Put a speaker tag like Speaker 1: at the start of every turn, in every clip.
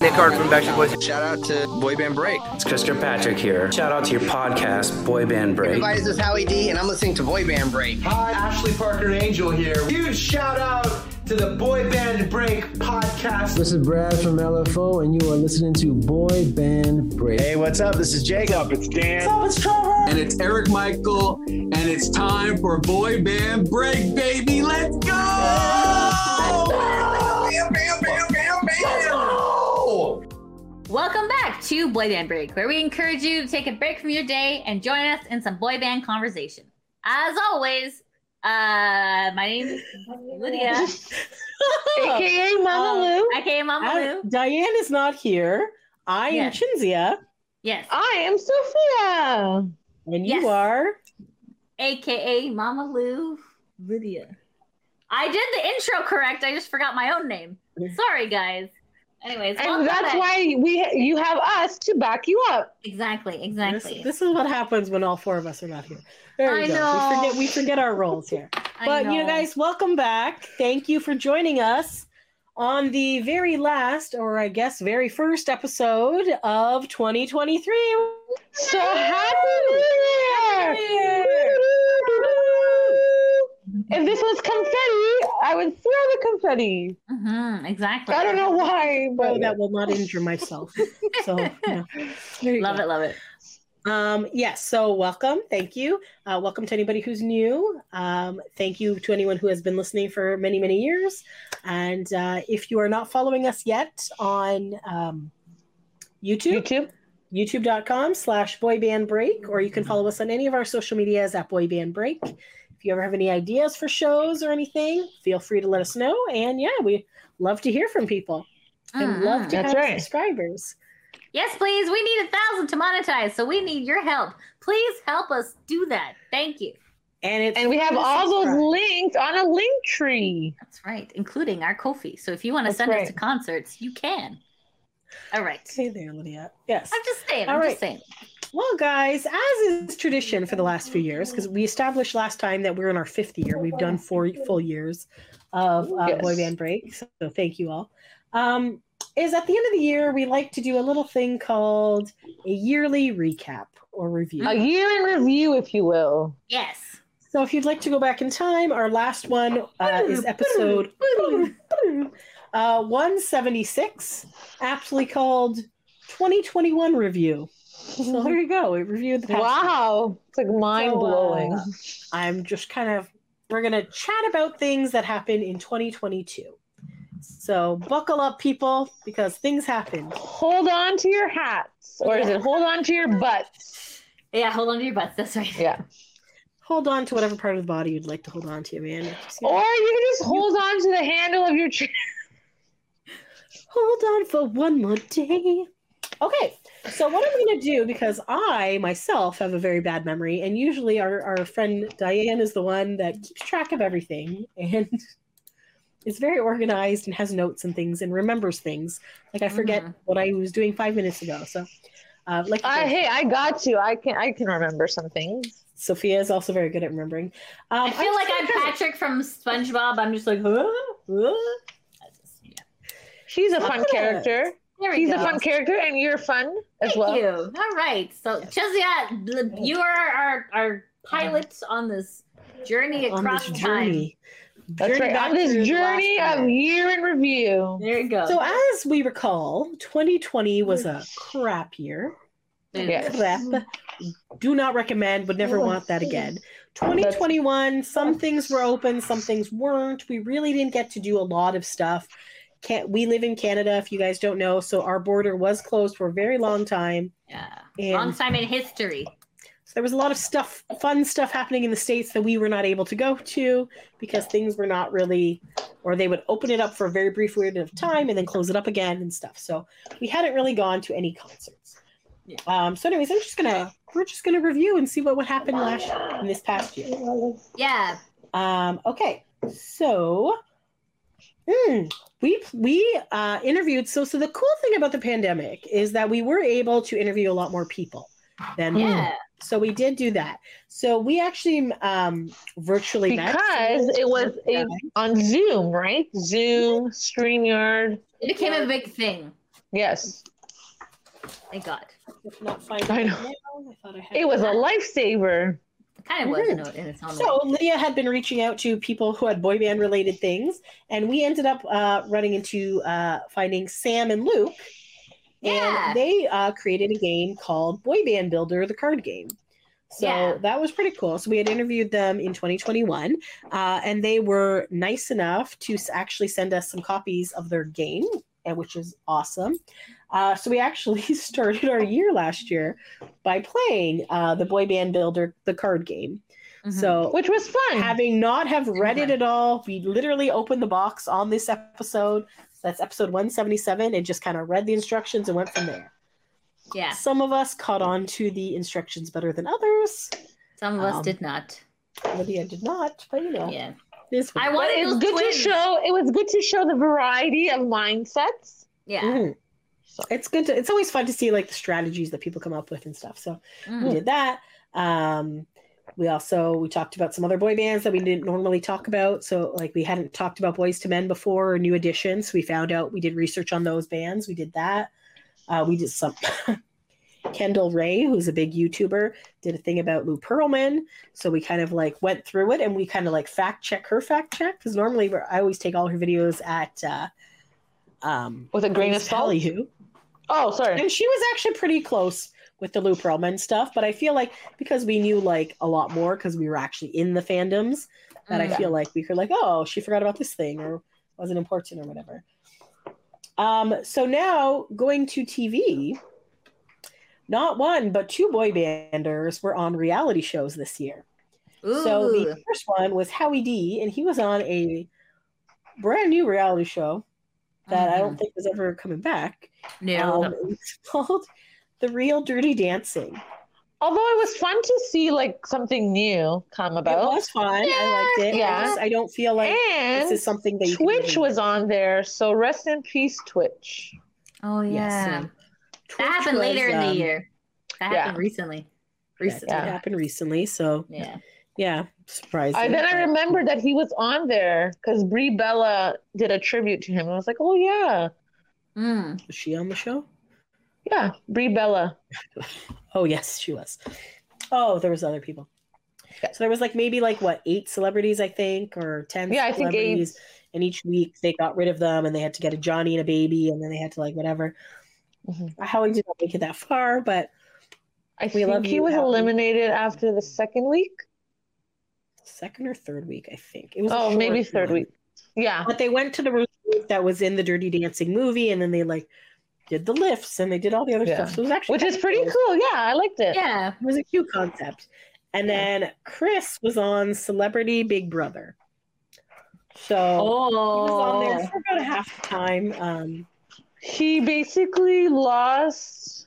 Speaker 1: Hickard from Backstreet Boys.
Speaker 2: Shout out to Boy Band Break.
Speaker 3: It's Chris Kirkpatrick here. Shout out to your podcast, Boy Band Break.
Speaker 2: Guys, this is Howie D, and I'm listening to Boy Band Break.
Speaker 4: Hi, Ashley Parker Angel here. Huge shout out to the Boy Band Break podcast.
Speaker 5: This is Brad from LFO, and you are listening to Boy Band Break.
Speaker 6: Hey, what's up? This is Jacob.
Speaker 7: It's Dan.
Speaker 8: What's up? It's Trevor.
Speaker 9: And it's Eric Michael, and it's time for Boy Band Break, baby. Let's go! Bam, bam, bam, bam, bam.
Speaker 10: Welcome back to Boy Band Break, where we encourage you to take a break from your day and join us in some boy band conversation. As always, uh, my name is Lydia.
Speaker 11: AKA Mama
Speaker 10: Um,
Speaker 11: Lou.
Speaker 10: AKA Mama
Speaker 8: I-
Speaker 10: Lou.
Speaker 8: Diane is not here. I am
Speaker 10: Yes.
Speaker 8: Chinzia,
Speaker 10: Yes.
Speaker 11: I am Sophia.
Speaker 8: and you
Speaker 10: Yes.
Speaker 8: are.
Speaker 10: AKA Mama Lou Lydia. I did the intro correct. I just forgot my own name. Sorry, guys. Anyways, welcome
Speaker 11: And that's
Speaker 10: back.
Speaker 11: why we you have us to back you up.
Speaker 10: Exactly,
Speaker 8: This,
Speaker 10: exactly.
Speaker 8: this is what happens when all four of us are not here. There
Speaker 10: I
Speaker 8: we go.
Speaker 10: know.
Speaker 8: We forget we forget our roles here.
Speaker 10: I
Speaker 8: But you know, guys, welcome back. Thank you for joining us on the very last, or I guess very first episode of 2023.
Speaker 11: So happy new year! If this was confetti, I would throw the confetti.
Speaker 10: Mhm, exactly.
Speaker 11: I don't know why,
Speaker 8: Oh,
Speaker 11: but
Speaker 8: that will not injure myself. So yeah. There you
Speaker 10: Love
Speaker 8: go.
Speaker 10: it, love it.
Speaker 8: Um, yes, so welcome. Thank you. Uh, welcome to anybody who's new. Um, thank you to anyone who has been listening for many, many years. And uh, if you are not following us yet on um, YouTube,
Speaker 11: YouTube.
Speaker 8: youtube.com slash boybandbreak, or you can follow us on any of our social medias at boybandbreak. If you ever have any ideas for shows or anything, feel free to let us know. And yeah, we love to hear from people and
Speaker 10: Mhm.
Speaker 8: love to
Speaker 11: That's
Speaker 8: have
Speaker 11: right.
Speaker 8: subscribers.
Speaker 10: Yes, please. We need a thousand to monetize, so we need your help. Please help us do that. Thank you.
Speaker 8: And it's
Speaker 11: And we have
Speaker 8: Please
Speaker 11: all those
Speaker 8: subscribe.
Speaker 11: links on a link tree.
Speaker 10: That's right, including our Kofi. So if you want to
Speaker 11: That's
Speaker 10: send us
Speaker 11: right.
Speaker 10: to concerts, you can. All right.
Speaker 8: Hey there, Lydia. Yes.
Speaker 10: I'm just saying.
Speaker 8: All
Speaker 10: I'm
Speaker 8: right.
Speaker 10: just saying.
Speaker 8: Well, guys, as is tradition for the last few years, because we established last time that we're in our fifth year, we've done four full years of uh,
Speaker 11: Yes.
Speaker 8: boy band break. So thank you all. Um, is at the end of the year we like to do a little thing called a yearly recap or review.
Speaker 11: A year in review, if you will.
Speaker 10: Yes.
Speaker 8: So if you'd like to go back in time, our last one uh, is episode uh, 176, aptly called 2021 review. So there you go. We reviewed the past
Speaker 11: Wow. It's like mind blowing.
Speaker 8: So, uh, I'm just kind of we're gonna chat about things that happened in 2022. So buckle up, people, because things happened.
Speaker 11: hold on to your hats. Or is it hold on to your butts?
Speaker 10: Yeah, hold on to your butts. That's right.
Speaker 11: Yeah.
Speaker 8: Hold on to whatever part of the body you'd like to hold on to, man. Just-
Speaker 11: Or you can just hold on to the handle of your chair.
Speaker 8: hold on for one more day. Okay, so what I'm gonna do because I myself have a very bad memory, and usually our, our friend Diane is the one that keeps track of everything and is very organized and has notes and things and remembers things. Like I forget
Speaker 10: Mhm.
Speaker 8: what I was doing five minutes ago. So, uh, like
Speaker 11: I, hey, I got you. I can I can remember some things.
Speaker 8: Sophia is also very good at remembering. Um,
Speaker 10: I feel
Speaker 8: I'm
Speaker 10: like
Speaker 8: so
Speaker 10: I'm
Speaker 8: excited.
Speaker 10: Patrick from SpongeBob. I'm just like, huh? huh? That's just- yeah.
Speaker 11: She's a
Speaker 8: Love
Speaker 11: fun
Speaker 8: it.
Speaker 11: character.
Speaker 10: There we
Speaker 11: He's
Speaker 10: go.
Speaker 11: a fun character, and you're fun as
Speaker 10: Thank
Speaker 11: well.
Speaker 10: you. All right. So, Chizia, you are our, our pilot on this journey
Speaker 8: on
Speaker 10: across
Speaker 8: this
Speaker 10: time.
Speaker 8: journey.
Speaker 11: That's
Speaker 8: Journey
Speaker 11: right.
Speaker 8: back
Speaker 11: On
Speaker 8: through
Speaker 11: this
Speaker 8: the last
Speaker 11: journey
Speaker 8: year.
Speaker 11: of year in review.
Speaker 10: There you go.
Speaker 8: So, as we recall, 2020 was a crap year.
Speaker 10: There you
Speaker 11: Yes.
Speaker 10: go.
Speaker 8: crap. Do not recommend, would never want that again. 2021, some things were open, some things weren't. We really didn't get to do a lot of stuff. Can't, we live in Canada, if you guys don't know, so our border was closed for a very long time.
Speaker 10: Yeah.
Speaker 8: And
Speaker 10: Long time in history.
Speaker 8: so there was a lot of stuff, fun stuff happening in the States that we were not able to go to because things were not really, or they would open it up for a very brief period of time and then close it up again and stuff. So we hadn't really gone to any concerts.
Speaker 10: Yeah.
Speaker 8: Um, so, anyways, I'm just gonna we're just gonna review and see what would happen last in this past year.
Speaker 10: Yeah.
Speaker 8: Um, okay, so mm, we we uh, interviewed. So so the cool thing about the pandemic is that we were able to interview a lot more people than
Speaker 10: Yeah.
Speaker 8: so we did do that. So we actually um, virtually met.
Speaker 11: Because it was a, on Zoom, right? Zoom, StreamYard.
Speaker 10: It became a big thing.
Speaker 11: Yes.
Speaker 10: Thank God.
Speaker 8: If not find
Speaker 11: I
Speaker 8: it
Speaker 11: know.
Speaker 8: now, I thought I had
Speaker 11: It was a lifesaver.
Speaker 10: It kind of was
Speaker 8: Mm-hmm.
Speaker 10: in, a- in its own way.
Speaker 8: So Lydia had been reaching out to people who had boy band related things, and we ended up uh, running into uh, finding Sam and Luke,
Speaker 10: Yeah.
Speaker 8: and they uh, created a game called Boy Band Builder, the card game. So
Speaker 10: Yeah.
Speaker 8: that was pretty cool. So we had interviewed them in 2021, uh, and they were nice enough to s- actually send us some copies of their game, and which is awesome. Uh, so we actually started our year last year by playing uh, the Boy Band Builder, the card game.
Speaker 10: Mhm.
Speaker 8: So
Speaker 11: Which was
Speaker 10: Hmm.
Speaker 11: fun.
Speaker 8: having not have read it
Speaker 10: Okay.
Speaker 8: at all, we literally opened the box on this episode. That's episode 177 and just kind of read the instructions and went from there.
Speaker 10: yeah,
Speaker 8: Some of us caught on to the instructions better than others.
Speaker 10: some of us
Speaker 8: um,
Speaker 10: did not.
Speaker 8: Lydia did not, but you know,
Speaker 10: Yeah,
Speaker 8: it is what
Speaker 10: I
Speaker 8: it
Speaker 11: But
Speaker 10: wanted
Speaker 11: it's
Speaker 10: those
Speaker 11: good
Speaker 10: twins.
Speaker 11: to show it was good to show the variety of mindsets.
Speaker 8: is.
Speaker 10: Yeah,
Speaker 8: Mhm. It's good to it's always fun to see like the strategies that people come up with and stuff. So we
Speaker 11: Hmm.
Speaker 10: Mm.
Speaker 8: did that um we also we talked about some other boy bands that we didn't normally talk about so like we hadn't talked about boys to men before or new editions so we found out we did research on those bands we did that uh, we did some kendall ray who's a big youtuber did a thing about lou pearlman so we kind of like went through it and we kind of like fact check her fact check because normally we're, i always take all her videos at uh, um
Speaker 11: With a grain of salt.
Speaker 8: Ballyhoo.
Speaker 11: Oh, sorry.
Speaker 8: And she was actually pretty close with the Lou Pearlman stuff, but I feel like because we knew like a lot more because we were actually in the fandoms, that I
Speaker 10: Mm.
Speaker 8: feel like we could like, oh, she forgot about this thing or wasn't important or whatever. Um, so now going to TV, not one but two boy banders were on reality shows this year.
Speaker 10: Ooh,
Speaker 8: So the first one was Howie D, and he was on a brand new reality show that I
Speaker 10: Mm.
Speaker 8: don't think was ever coming back.
Speaker 10: no.
Speaker 8: Um, it's called The Real Dirty Dancing.
Speaker 11: Although it was fun to see like something new come
Speaker 8: It
Speaker 11: about.
Speaker 8: was fun. I liked it. I,
Speaker 11: Yeah.
Speaker 8: just- I don't feel like this
Speaker 11: and
Speaker 8: is something that you can
Speaker 11: Twitch
Speaker 8: even-
Speaker 11: was on there, so rest in peace, Twitch.
Speaker 10: oh yeah,
Speaker 8: Yes, and Twitch
Speaker 10: that happened
Speaker 8: was,
Speaker 10: later in
Speaker 8: um,
Speaker 10: the year. That
Speaker 11: yeah.
Speaker 10: happened recently.
Speaker 8: yeah, It
Speaker 10: Recently, yeah.
Speaker 8: happened recently. So yeah, uh, surprising.
Speaker 11: I, then I remembered that he was on there because Brie Bella did a tribute to him. I was like, oh yeah,
Speaker 10: Mm.
Speaker 8: was she on the show?
Speaker 11: yeah, Brie Bella.
Speaker 8: Oh yes, she was. Oh, there was other people.
Speaker 11: Yeah.
Speaker 8: So there was like maybe like what eight celebrities I think or ten
Speaker 11: Yeah, I think
Speaker 8: celebrities,
Speaker 11: Abe's.
Speaker 8: and each week they got rid of them and they had to get a Johnny and a baby and then they had to like whatever.
Speaker 11: Mhm.
Speaker 8: How we did not make it that far, but
Speaker 11: I
Speaker 8: We
Speaker 11: think
Speaker 8: love
Speaker 11: he
Speaker 8: you,
Speaker 11: was
Speaker 8: Howie.
Speaker 11: eliminated after the second week.
Speaker 8: second or third week, I think. It was a
Speaker 11: Oh, maybe
Speaker 8: short
Speaker 11: third
Speaker 8: one.
Speaker 11: week. Yeah.
Speaker 8: But they went to the route that was in the Dirty Dancing movie, and then they like did the lifts and they did all the other
Speaker 11: Yeah.
Speaker 8: stuff. So it was actually
Speaker 11: Which is pretty cool. Yeah, I liked it.
Speaker 10: yeah,
Speaker 8: It was a cute concept. And then Chris was on Celebrity Big Brother, so Oh. he was on there
Speaker 10: Oh,
Speaker 8: for about half the time. Um,
Speaker 11: He basically lost.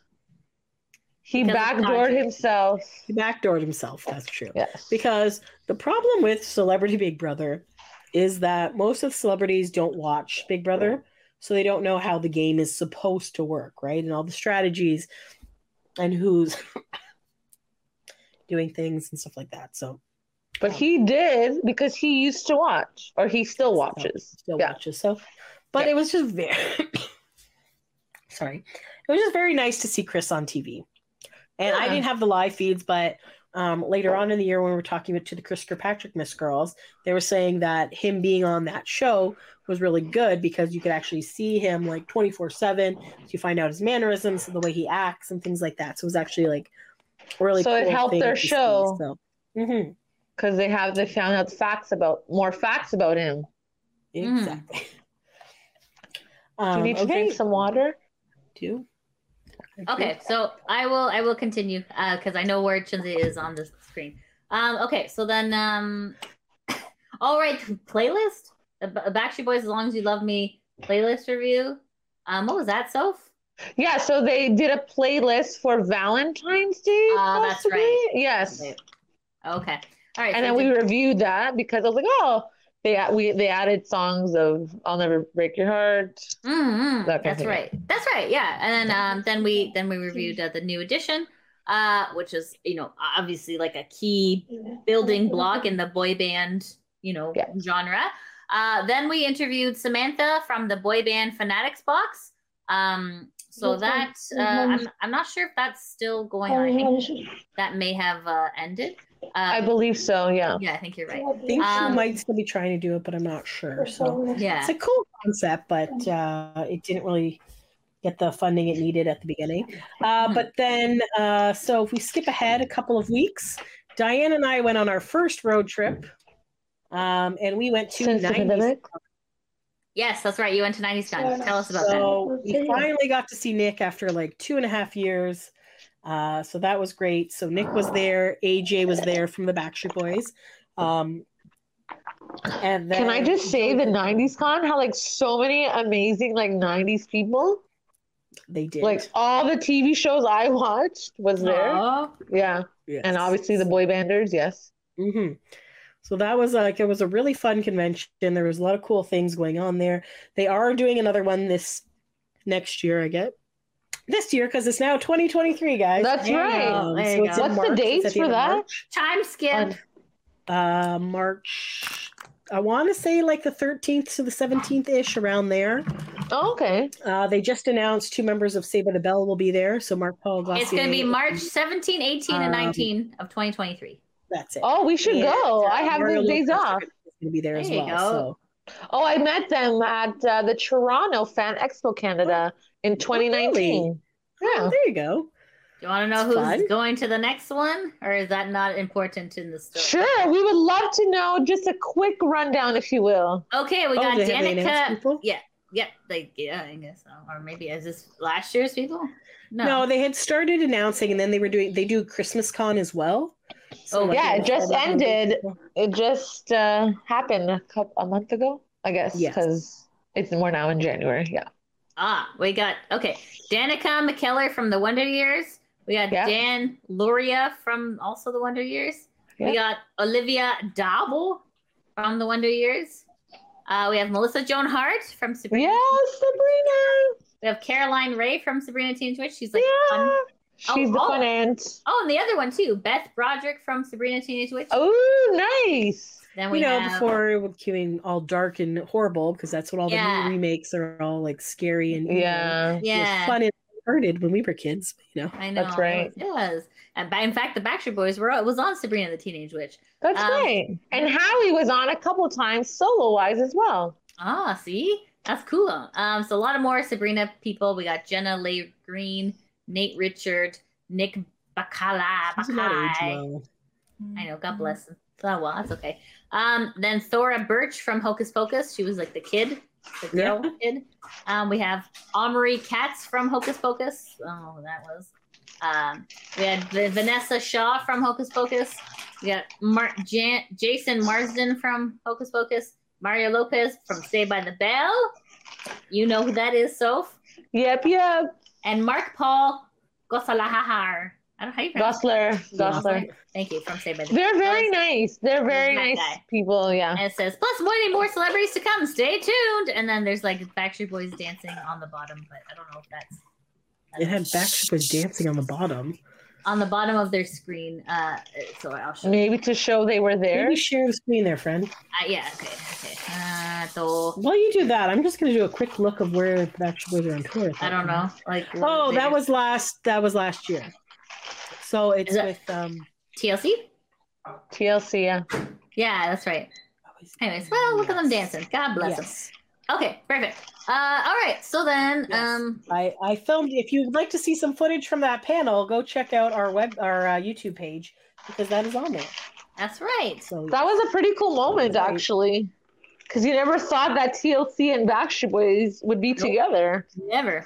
Speaker 11: He
Speaker 10: Because of
Speaker 11: backdoored
Speaker 10: Kanye.
Speaker 11: himself.
Speaker 8: he backdoored himself. That's true.
Speaker 11: Yes.
Speaker 8: Because the problem with Celebrity Big Brother is that most of the celebrities don't watch Big Brother, so they don't know how the game is supposed to work, right? And all the strategies and who's doing things and stuff like that. So
Speaker 11: But he did because he used to watch, or he still watches.
Speaker 8: still
Speaker 11: yeah.
Speaker 8: watches. So, but it was just very sorry. It was just very nice to see Chris on TV, and I
Speaker 11: Yeah.
Speaker 8: didn't have the live feeds, but um, later on in the year when we were talking to the Chris Kirkpatrick Miss Girls, they were saying that him being on that show was really good because you could actually see him like twenty four seven. You find out his mannerisms, the way he acts, and things like that. So it was actually like really.
Speaker 11: So it
Speaker 8: cool
Speaker 11: helped
Speaker 8: thing
Speaker 11: their
Speaker 8: to see,
Speaker 11: show.
Speaker 8: so. Mhm.
Speaker 11: Because they have they found out facts about more facts about him.
Speaker 10: Mm.
Speaker 8: Exactly.
Speaker 11: Mm-hmm. Do
Speaker 8: Um,
Speaker 11: you need
Speaker 10: Uh,
Speaker 11: to drink some water?
Speaker 8: do.
Speaker 10: okay. So I will, I will continue because I know where Chinzi is on the screen. Um, okay, so then, um, all right, playlist, the B- Backstreet Boys, as long as you love me, playlist review. Um, what was that, Soph?
Speaker 11: Yeah, so they did a playlist for Valentine's Day.
Speaker 10: Ah, that's
Speaker 11: possibly?
Speaker 10: right.
Speaker 11: Yes.
Speaker 10: Okay. Okay. All right.
Speaker 11: And
Speaker 10: so
Speaker 11: then we
Speaker 10: did-
Speaker 11: reviewed that because I was like, oh, they we they added songs of "I'll Never Break Your Heart."
Speaker 10: Mm, mm,
Speaker 11: That kind of
Speaker 10: that's
Speaker 11: thing.
Speaker 10: right. That's right. Yeah. And then um, then we then we reviewed uh, the new edition, uh, which is you know obviously like a key building block in the boy band you know
Speaker 11: Yeah.
Speaker 10: genre. Uh, then we interviewed Samantha from the boy band Fanatics box. Um, so that uh,
Speaker 11: Mm-hmm.
Speaker 10: I'm, I'm not sure if that's still going on. I think that may have uh, ended. Uh,
Speaker 11: Oh. I believe so. Yeah.
Speaker 10: yeah, I think you're right.
Speaker 8: I think
Speaker 10: Um,
Speaker 8: she might still be trying to do it, but I'm not sure. So
Speaker 10: Yeah.
Speaker 8: it's a cool concept, but uh, it didn't really get the funding it needed at the beginning. Uh, but then, uh, so if we skip ahead a couple of weeks, Diane and I went on our first road trip, um, and we went to
Speaker 11: Since the
Speaker 8: 90s.
Speaker 11: pandemic.
Speaker 10: Yes, that's right. You went to 90s Town. Tell us about that.
Speaker 8: So we finally got to see Nick after like two and a half years. Uh, so that was great. So Nick was there, AJ was there from the Backstreet Boys. Um, and then
Speaker 11: Can I just say the '90s con had like so many amazing like '90s people.
Speaker 8: they did
Speaker 11: Like all the TV shows I watched was there. Yeah, and obviously the boy banders. Yes.
Speaker 8: hmm So that was like it was a really fun convention. There was a lot of cool things going on there. They are doing another one this next year, I get. This year because it's now 2023, guys. um,
Speaker 11: That's
Speaker 10: There you
Speaker 11: right.
Speaker 10: go. There you
Speaker 8: it's
Speaker 10: go.
Speaker 8: in
Speaker 11: What's the
Speaker 8: March.
Speaker 11: dates
Speaker 8: It's at
Speaker 11: for
Speaker 8: end of
Speaker 11: that?
Speaker 8: March.
Speaker 10: Time skip.
Speaker 11: On-
Speaker 8: Uh, March. I want to say like the 13th to the 17th ish around there.
Speaker 11: Oh, okay.
Speaker 8: Uh, they just announced two members of Save by the Bell will be there. So Mark Paul Glossier.
Speaker 10: it's going to be March 17, 18, and
Speaker 8: Um,
Speaker 10: 19 of 2023.
Speaker 8: That's it.
Speaker 11: Oh, we should
Speaker 8: Yeah,
Speaker 11: go.
Speaker 8: uh,
Speaker 11: I have
Speaker 8: Mario
Speaker 11: those days
Speaker 8: Lopez
Speaker 11: off.
Speaker 8: is going to be there,
Speaker 10: There
Speaker 8: as
Speaker 10: you
Speaker 8: well.
Speaker 10: go.
Speaker 8: So
Speaker 11: Oh, I met them at uh, the Toronto Fan Expo Canada in 2019.
Speaker 8: Oh,
Speaker 11: Yeah.
Speaker 8: there you go.
Speaker 10: Do you want to know
Speaker 8: It's
Speaker 10: who's
Speaker 8: fun.
Speaker 10: going to the next one, or is that not important in the story?
Speaker 11: Sure. We would love to know just a quick rundown, if you will.
Speaker 10: Okay, we
Speaker 8: Oh,
Speaker 10: got
Speaker 8: do they have any announced
Speaker 10: Danica.
Speaker 8: people?
Speaker 10: Yeah, yeah, like yeah, I guess so. Or maybe is this last year's people? No,
Speaker 8: No. they had started announcing, and then they were doing. They do Christmas Con as well.
Speaker 10: Oh,
Speaker 8: like,
Speaker 11: yeah,
Speaker 8: you know,
Speaker 11: it just
Speaker 8: all that-
Speaker 11: ended. It just uh, happened a, couple, a month ago, I guess,
Speaker 8: Yes.
Speaker 11: because it's we're now in January. Yeah.
Speaker 10: Ah, we got okay. Danica McKellar from the Wonder Years. We got
Speaker 11: Yeah.
Speaker 10: Dan Luria from also the Wonder Years. We
Speaker 11: Yeah.
Speaker 10: got Olivia Dabble from the Wonder Years. Uh, we have Melissa Joan Hart from Sabrina.
Speaker 11: Yes, Sabrina.
Speaker 10: We have Caroline Ray from Sabrina Teen Twitch. She's like,
Speaker 11: yeah.
Speaker 10: fun-
Speaker 11: She's the
Speaker 10: oh.
Speaker 11: fun aunt.
Speaker 10: oh, and the other one too, Beth Broderick from Sabrina Teen Twitch.
Speaker 11: Oh, nice.
Speaker 10: then
Speaker 8: You
Speaker 10: we
Speaker 8: know,
Speaker 10: have
Speaker 8: before it was queuing all dark and horrible because that's what all the
Speaker 10: Yeah.
Speaker 8: new remakes are all like scary and evil.
Speaker 11: Yeah.
Speaker 8: It was
Speaker 10: yeah,
Speaker 8: fun and hurted when we were kids. You know,
Speaker 10: I know
Speaker 11: That's right.
Speaker 10: It was, and ba- in fact, the Backstreet Boys were it was on Sabrina the Teenage Witch.
Speaker 11: That's
Speaker 10: Um,
Speaker 11: right. And Howie was on a couple times solo wise as well.
Speaker 10: Ah, see, that's cool. Um, so a lot of more Sabrina people. We got Jenna Leigh Green, Nate Richard, Nick Bacala.
Speaker 8: Doesn't matter which
Speaker 10: Bacai.
Speaker 8: one.
Speaker 10: I know.
Speaker 11: Mm-hmm.
Speaker 10: God bless him. Oh well, that's okay. Um, then Thora Birch from Hocus Pocus. She was like the kid, the girl kid. Um, we have Omri Katz from Hocus Pocus. Oh, that was. Um, we had the Vanessa Shaw from Hocus Pocus. We got Mar- Jan- Jason Marsden from Hocus Pocus. Mario Lopez from Stay by the Bell. You know who that is, Soph.
Speaker 11: Yep, yep.
Speaker 10: And Mark Paul Gosalahar. I don't know how you pronounce
Speaker 11: Gosler.
Speaker 10: it.
Speaker 11: Gosler.
Speaker 10: Thank you from Stay by the Bell.
Speaker 11: They're very nice. They're very
Speaker 10: Nice
Speaker 11: nice
Speaker 10: guy.
Speaker 11: people. Yeah.
Speaker 10: And it says, plus many more celebrities to come. Stay tuned. And then there's like Backstreet Boys dancing on the bottom, but I don't know if that's
Speaker 8: It had Backstreet Boys dancing on the bottom.
Speaker 10: on the bottom of their screen. Uh, so I'll show.
Speaker 11: Maybe to show they were there.
Speaker 8: Maybe share the screen there, friend.
Speaker 10: Uh, yeah. Okay. Okay. Uh, so
Speaker 8: While you do that, I'm just going to do a quick look of where the Backstreet Boys are on tour. at
Speaker 10: I
Speaker 8: that
Speaker 10: don't
Speaker 8: time.
Speaker 10: know. Like. what
Speaker 8: Oh,
Speaker 10: is
Speaker 8: that
Speaker 10: it?
Speaker 8: was last. That was last year. So it's
Speaker 10: Is that-
Speaker 8: with um.
Speaker 10: TLC.
Speaker 11: TLC. Yeah.
Speaker 10: Yeah, that's right. Anyways, well, look at them dancing. God bless them.
Speaker 8: Yes.
Speaker 10: Okay, perfect. Uh, all right. So then,
Speaker 8: Yes.
Speaker 10: um,
Speaker 8: I, I filmed. If you'd like to see some footage from that panel, go check out our web, our uh, YouTube page because that is on there.
Speaker 10: that's right.
Speaker 8: So
Speaker 11: That was a pretty cool moment,
Speaker 8: Right.
Speaker 11: actually. Because you never thought that TLC and Backstreet Boys would be together.
Speaker 10: Never.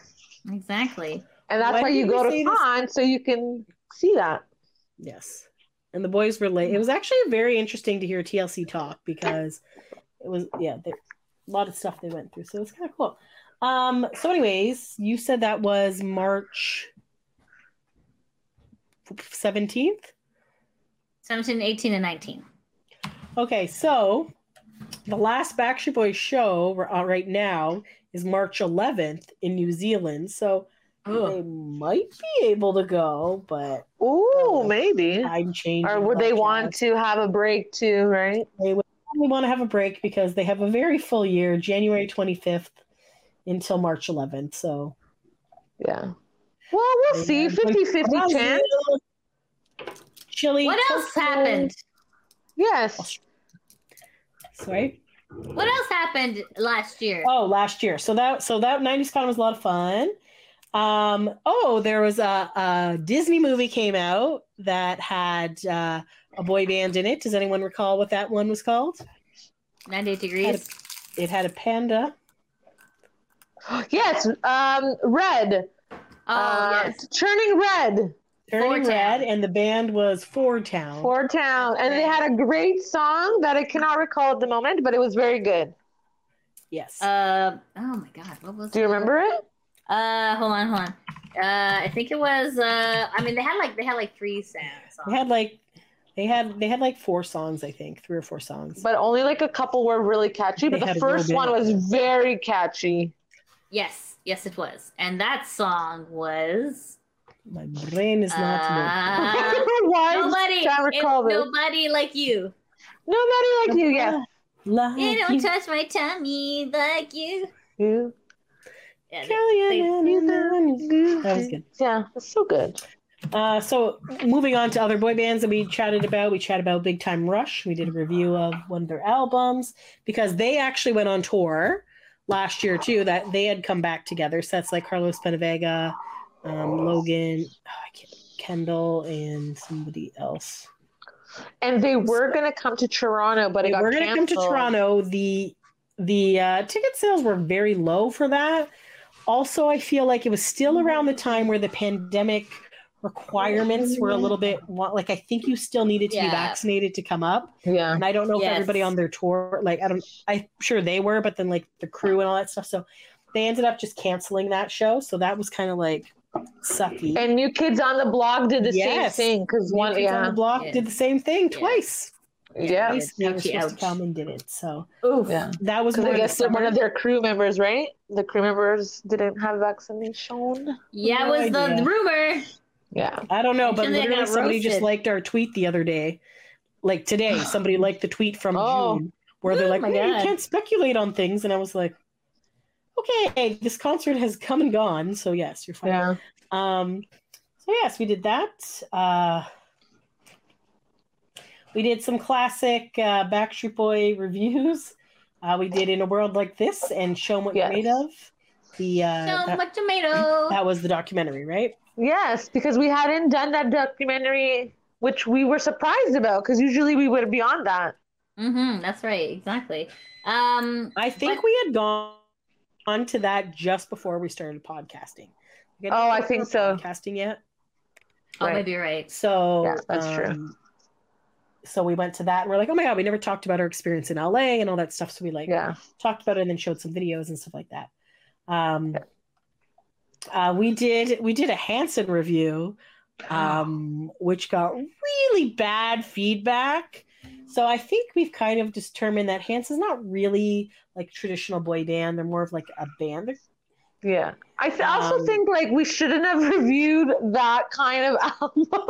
Speaker 10: Exactly.
Speaker 11: And that's
Speaker 8: When
Speaker 11: why you
Speaker 8: did we
Speaker 11: go
Speaker 8: see
Speaker 11: to
Speaker 8: this?
Speaker 11: con so you can see that.
Speaker 8: yes, and the boys were late. It was actually very interesting to hear TLC talk because it was yeah, they, a lot of stuff they went through. So it's kind of cool. Um. So, anyways, you said that was March seventeenth.
Speaker 10: 17, 18, and 19.
Speaker 8: Okay, so the last Backstreet Boys show we're on right now is March 11th in New Zealand. So they might be able to go, but
Speaker 11: Ooh,
Speaker 8: Oh.
Speaker 11: maybe.
Speaker 8: I'm changing.
Speaker 11: Or would they
Speaker 8: podcast.
Speaker 11: want to have a break too, right?
Speaker 8: They would probably want to have a break because they have a very full year, January 25th until March 11th. So
Speaker 11: Yeah. Well, we'll see. 50 50
Speaker 8: Brazil,
Speaker 11: chance.
Speaker 8: Chile.
Speaker 10: What else
Speaker 8: Costa-
Speaker 10: happened?
Speaker 11: Yes.
Speaker 8: Sorry.
Speaker 10: What else happened last year?
Speaker 8: Oh, last year. So that so that 90s con was a lot of fun. Um, oh, there was a, a Disney movie came out that had uh, a boy band in it. Does anyone recall what that one was called?
Speaker 10: 98 degrees.
Speaker 8: It had a panda.
Speaker 11: Yes. Um, red.
Speaker 10: Oh,
Speaker 11: uh,
Speaker 10: yes.
Speaker 11: Churning red.
Speaker 8: Turning
Speaker 10: Four Town.
Speaker 8: red, and the band was Four Town.
Speaker 11: Four Town. And they had a great song that I cannot recall at the moment, but it was very good.
Speaker 8: Yes.
Speaker 10: Uh, oh my God. What was
Speaker 11: Do you
Speaker 10: it?
Speaker 11: remember it?
Speaker 10: Uh, hold on, hold on. Uh, I think it was. Uh, I mean, they had like they had like three sounds.
Speaker 8: they had like they had they had like four songs, I think, three or four songs.
Speaker 11: But only like a couple were really catchy, but
Speaker 8: They
Speaker 11: the
Speaker 8: had a little
Speaker 11: first
Speaker 8: bit.
Speaker 11: one was very catchy.
Speaker 10: Yes, yes, it was. And that song was.
Speaker 8: My brain is not
Speaker 11: Ah.
Speaker 8: working.
Speaker 10: Uh,
Speaker 11: Why
Speaker 10: nobody,
Speaker 11: can't recall
Speaker 10: it-
Speaker 11: this?
Speaker 10: nobody like you.
Speaker 11: Nobody like you, yeah.
Speaker 8: Like
Speaker 10: You don't
Speaker 8: Oh, you,
Speaker 10: touch my tummy like you.
Speaker 11: You,
Speaker 10: Yeah, they-
Speaker 8: Kellyanne,
Speaker 11: you
Speaker 8: and
Speaker 11: know.
Speaker 8: That was good.
Speaker 11: Yeah, it's so good.
Speaker 8: Uh, so moving on to other boy bands that we chatted about, we chatted about Big Time Rush. We did a review of one of their albums because they actually went on tour last year too. That they had come back together. So that's like Carlos Penavega, um, Logan, oh, I can't, Kendall, and somebody else.
Speaker 11: And they were gonna come to Toronto, but it got
Speaker 8: We're gonna come
Speaker 11: canceled.
Speaker 8: to Toronto. The the uh, ticket sales were very low for that. Also, I feel like it was still around the time where the pandemic requirements were a little bit wa- like I think you still needed to be
Speaker 10: Yeah.
Speaker 8: vaccinated to come up.
Speaker 11: Yeah,
Speaker 8: And I don't know if
Speaker 10: Yes.
Speaker 8: everybody on their tour, like I don't, I'm sure they were, but then like the crew and all that stuff. So they ended up just canceling that show. So that was kind of like sucky.
Speaker 11: and New Kids on the Block did the
Speaker 8: Yes.
Speaker 11: same thing because
Speaker 8: New
Speaker 11: one,
Speaker 8: Kids on
Speaker 11: yeah,
Speaker 8: the block
Speaker 10: Yeah.
Speaker 8: did the same thing
Speaker 10: Yeah.
Speaker 8: twice.
Speaker 11: yeah,
Speaker 10: Yeah.
Speaker 8: Twice they were
Speaker 10: Ouchie,
Speaker 8: supposed
Speaker 10: ouch.
Speaker 8: to come and didn't. So
Speaker 10: Oof.
Speaker 11: yeah.
Speaker 8: that was
Speaker 11: Because
Speaker 8: more
Speaker 11: I
Speaker 8: of
Speaker 11: guess
Speaker 8: the
Speaker 11: they're one
Speaker 8: summer.
Speaker 11: of their crew members, right? The crew members didn't have vaccination.
Speaker 10: Yeah,
Speaker 8: No
Speaker 10: was the
Speaker 8: idea.
Speaker 10: rumor.
Speaker 11: Yeah,
Speaker 8: I don't know, but
Speaker 10: Actually, I got
Speaker 8: literally somebody just
Speaker 10: roasted.
Speaker 8: liked our tweet the other day. Like today, somebody liked the tweet from
Speaker 11: Oh.
Speaker 8: June where they're
Speaker 10: Oh
Speaker 8: like,
Speaker 10: my
Speaker 8: "Hmm, "You
Speaker 10: God.
Speaker 8: can't speculate on things," and I was like, "Okay, this concert has come and gone, so yes, you're fine."
Speaker 11: yeah.
Speaker 8: Um, so yes, we did that. Uh, we did some classic uh, Backstreet Boy reviews. Uh, we did "In a World Like This" and "Show 'Em What
Speaker 11: Yes.
Speaker 8: You're Made Of." The uh,
Speaker 10: Show
Speaker 8: that,
Speaker 10: my tomato.
Speaker 8: that was the documentary, right?
Speaker 11: Yes, because we hadn't done that documentary, which we were surprised about, because usually we would be on that.
Speaker 10: Mm-hmm, that's right, exactly. Um,
Speaker 8: I think
Speaker 10: But-
Speaker 8: we had gone on to that just before we started podcasting. Like,
Speaker 11: Oh,
Speaker 8: don't
Speaker 11: I
Speaker 8: if
Speaker 11: think
Speaker 8: we're
Speaker 11: so.
Speaker 8: Podcasting yet?
Speaker 10: oh,
Speaker 11: Right.
Speaker 10: maybe you're right.
Speaker 8: So
Speaker 11: Yeah, that's true.
Speaker 8: um, So we went to that, and we're like, oh my god, we never talked about our experience in LA and all that stuff. So we like
Speaker 11: Yeah.
Speaker 8: talked about it and then showed some videos and stuff like that. Um, uh, we did we did a Hanson review, um, which got really bad feedback. So I think we've kind of determined that Hanson's not really like traditional boy band; they're more of like a band.
Speaker 11: Yeah. I th- also
Speaker 8: Um,
Speaker 11: think like we shouldn't have reviewed that kind of album.
Speaker 10: Whoa,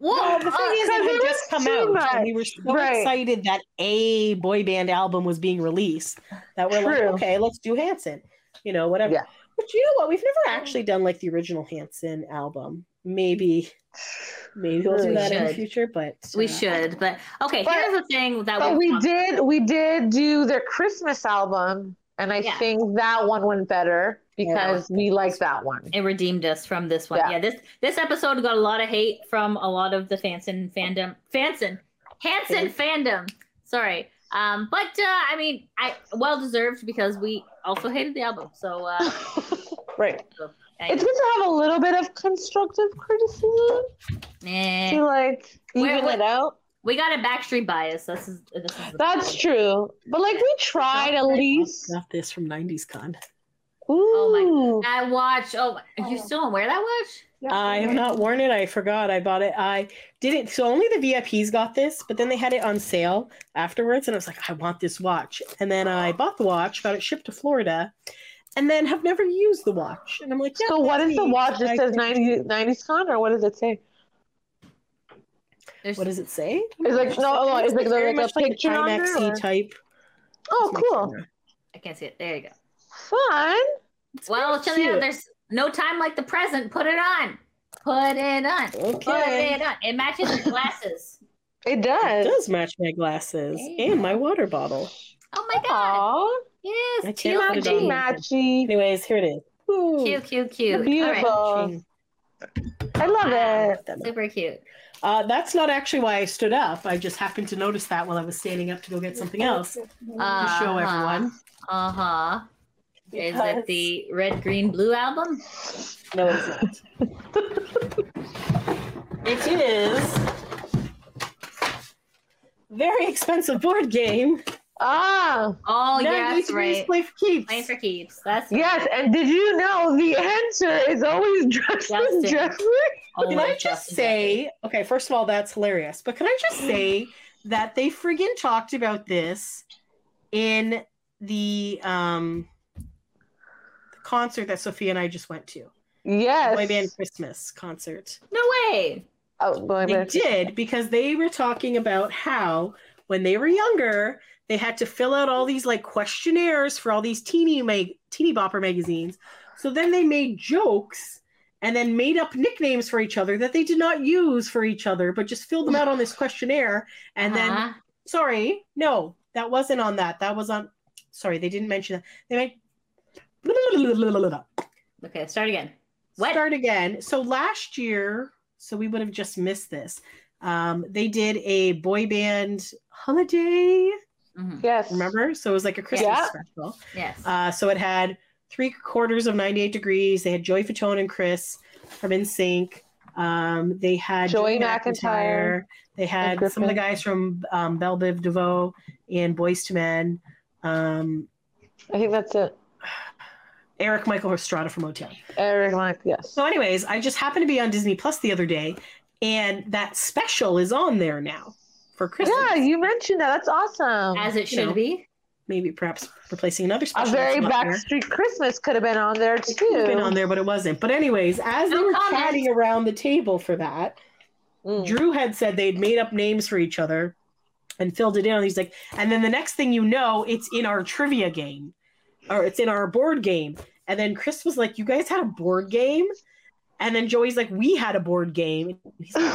Speaker 8: Well, the thing
Speaker 10: uh,
Speaker 8: is, it
Speaker 11: it
Speaker 8: had
Speaker 11: was
Speaker 8: just come
Speaker 11: too
Speaker 8: out.
Speaker 11: much.
Speaker 8: and we were so
Speaker 11: Right.
Speaker 8: excited that a boy band album was being released that we're like,
Speaker 11: True.
Speaker 8: okay, let's do Hanson, you know, whatever.
Speaker 11: Yeah.
Speaker 8: But you know what? We've never actually done like the original Hanson album. Maybe, maybe we'll do
Speaker 11: We
Speaker 8: that in the
Speaker 10: should.
Speaker 8: future, but
Speaker 10: we
Speaker 8: uh,
Speaker 10: should, but okay.
Speaker 11: But-
Speaker 10: here's the thing that
Speaker 11: but
Speaker 10: we,
Speaker 11: we did we did do their Christmas album, and I
Speaker 10: Yeah.
Speaker 11: think that one went better
Speaker 8: Yeah.
Speaker 11: because we liked that one.
Speaker 10: it redeemed us from this one.
Speaker 11: Yeah.
Speaker 10: Yeah. this this episode got a lot of hate from a lot of the Fanson fandom, Fanson, Hanson fandom. Sorry, um, but uh, I mean, I well deserved because we also hated the album. So uh,
Speaker 11: right.
Speaker 10: I-
Speaker 11: It's good to have a little bit of constructive criticism
Speaker 10: eh.
Speaker 11: to like
Speaker 10: Where-
Speaker 11: even
Speaker 10: what-
Speaker 11: it out.
Speaker 10: we got a backstreet bias. This is this is the
Speaker 11: That's true. But like we tried at least.
Speaker 8: got this from '90s Con.
Speaker 10: Oh
Speaker 11: Ooh.
Speaker 10: That watch. Oh, you still don't wear that watch?
Speaker 8: I have not worn it. I forgot. I bought it. I didn't. So only the VIPs got this, but then they had it on sale afterwards. And I was like, I want this watch. And then I bought the watch, got it shipped to Florida, and then have never used the watch. And I'm like, yeah,
Speaker 11: So what is the
Speaker 8: maybe.
Speaker 11: watch
Speaker 8: I-
Speaker 11: that says 90, 90s con or what does it say?
Speaker 10: There's,
Speaker 8: What does it say?
Speaker 11: It's like no, no it's like
Speaker 8: very
Speaker 11: there's like
Speaker 8: much
Speaker 11: a picture
Speaker 8: an
Speaker 11: on there.
Speaker 8: IMAX-y
Speaker 11: or-
Speaker 8: type.
Speaker 11: Oh,
Speaker 8: My
Speaker 11: cool,
Speaker 8: camera.
Speaker 10: I can't see it. There you go.
Speaker 11: fun.
Speaker 10: Well,
Speaker 8: pretty
Speaker 10: Chinzia,
Speaker 8: cute.
Speaker 10: there's no time like the present. Put it on. Put it on. Put
Speaker 8: Okay.
Speaker 10: it on. It matches your glasses.
Speaker 11: It does.
Speaker 8: It does match my glasses
Speaker 10: Yeah.
Speaker 8: and my water bottle.
Speaker 10: Oh my god.
Speaker 11: Aw,
Speaker 10: Yes.
Speaker 8: I can't
Speaker 10: Cute,
Speaker 8: put it
Speaker 11: matchy
Speaker 8: on.
Speaker 10: cute,
Speaker 11: matchy.
Speaker 8: Anyways, here it is. Ooh.
Speaker 10: cute, cute, cute.
Speaker 11: Beautiful.
Speaker 10: All
Speaker 11: I love
Speaker 10: Wow.
Speaker 11: it.
Speaker 10: right. Super cute.
Speaker 8: Uh, that's not actually why I stood up. I just happened to notice that while I was standing up to go get something else to
Speaker 10: Uh,
Speaker 8: show everyone.
Speaker 10: Uh huh. Is
Speaker 11: Yes.
Speaker 10: it the Red Green Blue album?
Speaker 8: No, it's not. it is very expensive board game.
Speaker 11: Ah,
Speaker 10: Oh
Speaker 8: Now
Speaker 10: yeah,
Speaker 8: you
Speaker 10: yes,
Speaker 8: can
Speaker 10: right.
Speaker 8: just play for keeps.
Speaker 10: Playing for keeps. That's
Speaker 11: yes. And did you know the answer is always Justin
Speaker 10: Justin.
Speaker 11: Jeffrey?
Speaker 10: Oh,
Speaker 8: Can I just say, okay, first of all, that's hilarious. But can I just say that they friggin' talked about this in the um concert that Sophia and I just went to.
Speaker 11: Yes.
Speaker 8: Boy Band Christmas concert.
Speaker 10: No way.
Speaker 11: Oh, boy
Speaker 8: They
Speaker 11: band.
Speaker 8: did because they were talking about how when they were younger, they had to fill out all these like questionnaires for all these teeny mag- teeny bopper magazines. So then they made jokes and then made up nicknames for each other that they did not use for each other, but just filled them out on this questionnaire. And then,
Speaker 10: Uh-huh.
Speaker 8: sorry, no, that wasn't on that. That was on. Sorry, they didn't mention that. They made.
Speaker 10: okay, start again. What?
Speaker 8: Start again. So last year, so we would have just missed this. Um, they did a boy band holiday,
Speaker 10: Mhm.
Speaker 11: Yes.
Speaker 8: remember? So it was like a Christmas
Speaker 11: Yeah.
Speaker 8: special.
Speaker 10: Yes.
Speaker 8: Uh, so it had three quarters of 98 degrees. They had Joy Fatone and Chris from InSync. Um, they had
Speaker 11: Joey McIntyre.
Speaker 8: They
Speaker 11: and
Speaker 8: had
Speaker 11: Griffin.
Speaker 8: some of the guys from um, Belle Biv DeVoe and Boys to Men. Um,
Speaker 11: I think that's it.
Speaker 8: Eric Michael Estrada from Motown.
Speaker 11: Eric Mike. Yes.
Speaker 8: So, anyways, I just happened to be on Disney Plus the other day, and that special is on there now for Christmas.
Speaker 11: Yeah, you mentioned that. That's awesome.
Speaker 10: As it
Speaker 8: you
Speaker 10: should
Speaker 8: know,
Speaker 10: be.
Speaker 8: Maybe perhaps replacing another
Speaker 11: a
Speaker 8: special.
Speaker 11: very
Speaker 8: that's not there.
Speaker 11: Backstreet Christmas could have been on there too.
Speaker 8: It could have been on there, but it wasn't. But anyways, as they
Speaker 10: No
Speaker 8: were
Speaker 10: comment.
Speaker 8: chatting around the table for that,
Speaker 11: Mm.
Speaker 8: Drew had said they'd made up names for each other and filled it in. He's like, and then the next thing you know, it's in our trivia game or it's in our board game. And then Chris was like, You guys had a board game? And then Joey's like, We had a board game. And he's like,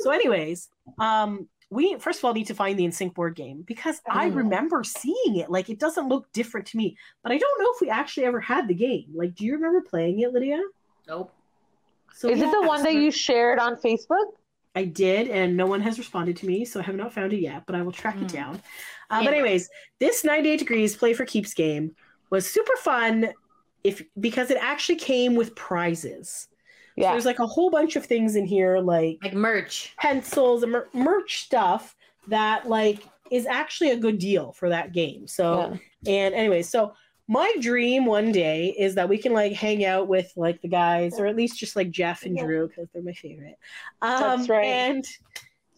Speaker 8: so, anyways, um, we first of all need to find the InSync board game because I
Speaker 11: Mm.
Speaker 8: remember seeing it. Like, it doesn't look different to me, but I don't know if we actually ever had the game. Like, do you remember playing it, Lydia?
Speaker 10: Nope.
Speaker 8: So
Speaker 11: Is it the
Speaker 8: yeah,
Speaker 11: one that
Speaker 8: so-
Speaker 11: you shared on Facebook?
Speaker 8: I did, and no one has responded to me, so I have not found it yet, but I will track it
Speaker 10: Mm.
Speaker 8: down. Uh, but anyways, this 98 degrees play for keeps game was super fun if because it actually came with prizes. So
Speaker 11: Yeah.
Speaker 8: there's like a whole bunch of things in here like
Speaker 10: Like merch.
Speaker 8: pencils and mer- merch stuff that like is actually a good deal for that game. So and anyway, so my dream one day is that we can like hang out with like the guys or at least just like Jeff and Drew because they're my favorite. Um,
Speaker 11: That's right.
Speaker 8: And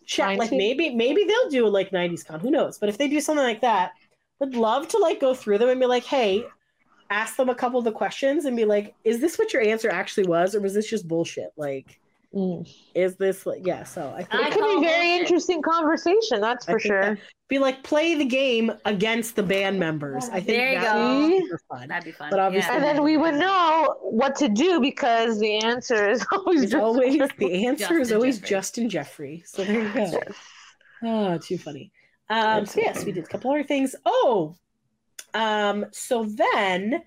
Speaker 8: chat
Speaker 11: Mine
Speaker 8: like
Speaker 11: too.
Speaker 8: maybe maybe they'll do like '90s con. Who knows? But if they do something like that, would love to like go through them and be like, hey. Ask them a couple of the questions and be like, "Is this what your answer actually was, or was this just bullshit? Like,
Speaker 11: Mm.
Speaker 8: is this like, yeah?" So I think
Speaker 10: I
Speaker 11: It could
Speaker 10: call
Speaker 11: be very
Speaker 10: bullshit.
Speaker 11: interesting conversation. That's
Speaker 8: I
Speaker 11: for
Speaker 8: think
Speaker 11: sure.
Speaker 8: that- be like play the game against the band members. I think
Speaker 10: There you
Speaker 8: that
Speaker 10: go.
Speaker 8: would be super fun.
Speaker 10: That'd be fun.
Speaker 8: But obviously-
Speaker 10: Yeah.
Speaker 11: and then we would know what to do because the answer is always
Speaker 8: It's
Speaker 11: just
Speaker 8: always the answer is
Speaker 10: Justin
Speaker 8: always
Speaker 10: Jeffrey.
Speaker 8: Justin Jeffrey. So there you go. Oh, too funny. Um, so yes, we did a couple other things. Oh, um, so then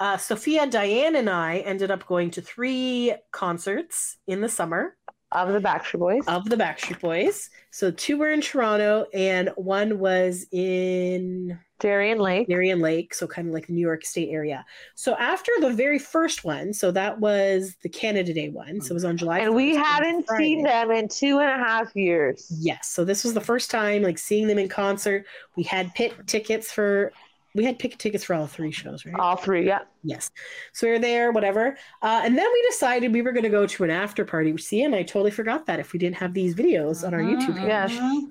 Speaker 8: uh, Sophia, Diane, and I ended up going to three concerts in the summer
Speaker 11: of the Backstreet Boys.
Speaker 8: of the Backstreet Boys. So two were in Toronto, and one was in
Speaker 11: Darien Lake.
Speaker 8: Marion Lake, so kind of like the New York State area. So after the very first one, so that was the Canada Day one, so it was on July.
Speaker 11: And we
Speaker 8: 1st, on
Speaker 11: hadn't
Speaker 8: Friday.
Speaker 11: seen them in two and a half years.
Speaker 8: Yes, so this was the first time like seeing them in concert. We had pit tickets for we had pick tickets for all three shows, right?
Speaker 11: All three, yeah.
Speaker 8: Yes. So we were there, whatever. Uh, and then we decided we were going to go to an after party. which- See, and I totally forgot that if we didn't have these videos on our YouTube page,
Speaker 11: Mm-hmm. Yes.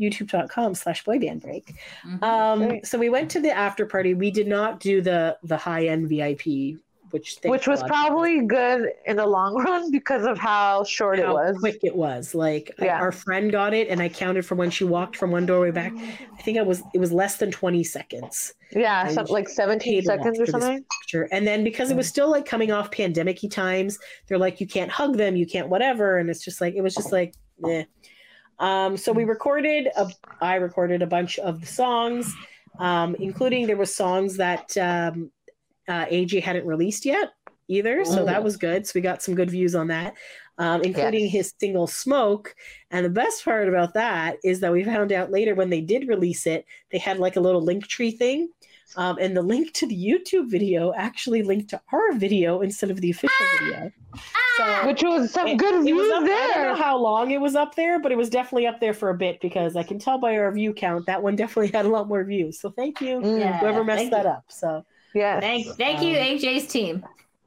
Speaker 8: youtube.com slash boybandbreak.
Speaker 10: Mhm.
Speaker 8: Um,
Speaker 11: Right.
Speaker 8: so we went to the after party. We did not do the the high end VIP, which thank
Speaker 11: Which was
Speaker 8: God,
Speaker 11: probably good in the long run because of how short
Speaker 8: how
Speaker 11: it was.
Speaker 8: quick it was. Like I-
Speaker 11: Yeah.
Speaker 8: our friend got it, and I counted from when she walked from one doorway back. I think it was it was less than twenty seconds.
Speaker 11: Yeah,
Speaker 8: I
Speaker 11: some, like
Speaker 8: paid
Speaker 11: 17
Speaker 8: a lot
Speaker 11: seconds or
Speaker 8: for this
Speaker 11: something.
Speaker 8: after. And then because it was still like coming off pandemic y times, they're like, you can't hug them, you can't whatever. And it's just like, it was just like, eh. Um, so we recorded, a, I recorded a bunch of the songs, um, including there were songs that um, uh, AG hadn't released yet either. So that was good. So we got some good views on that, um, including his single Smoke. And the best part about that is that we found out later when they did release it, they had like a little link tree thing. Um, and the link to the YouTube video actually linked to our video instead of the official video. So
Speaker 11: which was some good
Speaker 8: it was
Speaker 11: views
Speaker 8: up, I don't know
Speaker 11: there.
Speaker 8: how long it was up there, but it was definitely up there for a bit because I can tell by our view count that one definitely had a lot more views. So thank you,
Speaker 11: Mm,
Speaker 10: Yeah,
Speaker 8: whoever messed
Speaker 10: thank
Speaker 8: that
Speaker 10: you.
Speaker 8: up. Um, So
Speaker 11: Yes.
Speaker 10: Thank, thank you, AJ's team.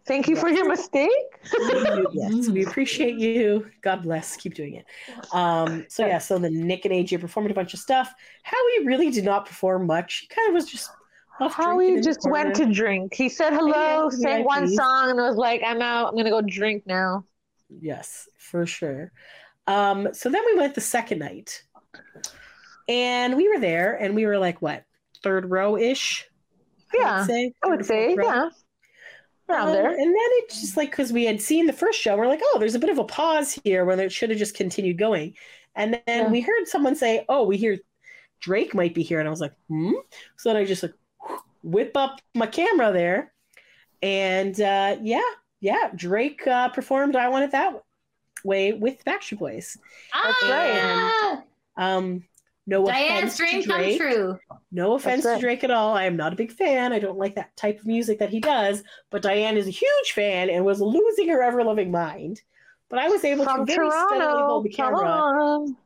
Speaker 11: Thank you for your mistake.
Speaker 8: you- yes, we appreciate you. God bless. Keep doing it. Um, so yeah, so the Nick and AJ performed a bunch of stuff. Howie really did not perform much. He kind of was just off drinking
Speaker 11: Howie
Speaker 8: in the
Speaker 11: just went to
Speaker 8: corner.
Speaker 11: drink. He said
Speaker 8: Yeah,
Speaker 11: hello, sang one
Speaker 8: VIPs.
Speaker 11: song, and was like, "I'm out. I'm gonna go drink now."
Speaker 8: yes, for sure. Um, so then we went the second night, and we were there, and we were like what third row ish. I
Speaker 11: Yeah,
Speaker 8: would say.
Speaker 11: I
Speaker 8: Third or
Speaker 11: would say,
Speaker 8: fourth row.
Speaker 11: yeah, around
Speaker 8: Um,
Speaker 11: there.
Speaker 8: And then it's just like because we had seen the first show, we're like, oh, there's a bit of a pause here where it should have just continued going. And then
Speaker 11: Yeah.
Speaker 8: we heard someone say, oh, we hear Drake might be here, and I was like, hmm. So then I just like whip up my camera there, and uh, yeah, yeah, Drake uh, performed "I Want It That Way" with Backstreet Boys.
Speaker 10: That's
Speaker 8: right. Um, no
Speaker 10: Ah, Diane's
Speaker 8: offense
Speaker 10: dream
Speaker 8: to
Speaker 10: come
Speaker 8: Drake.
Speaker 10: true.
Speaker 8: No offense
Speaker 11: right.
Speaker 8: to Drake at all. I am not a big fan. I don't like that type of music that he does. But Diane is a huge fan and was losing her ever loving mind. But I was able to
Speaker 11: From
Speaker 8: very steadily
Speaker 11: Toronto,
Speaker 8: hold the
Speaker 11: come
Speaker 8: camera
Speaker 11: on.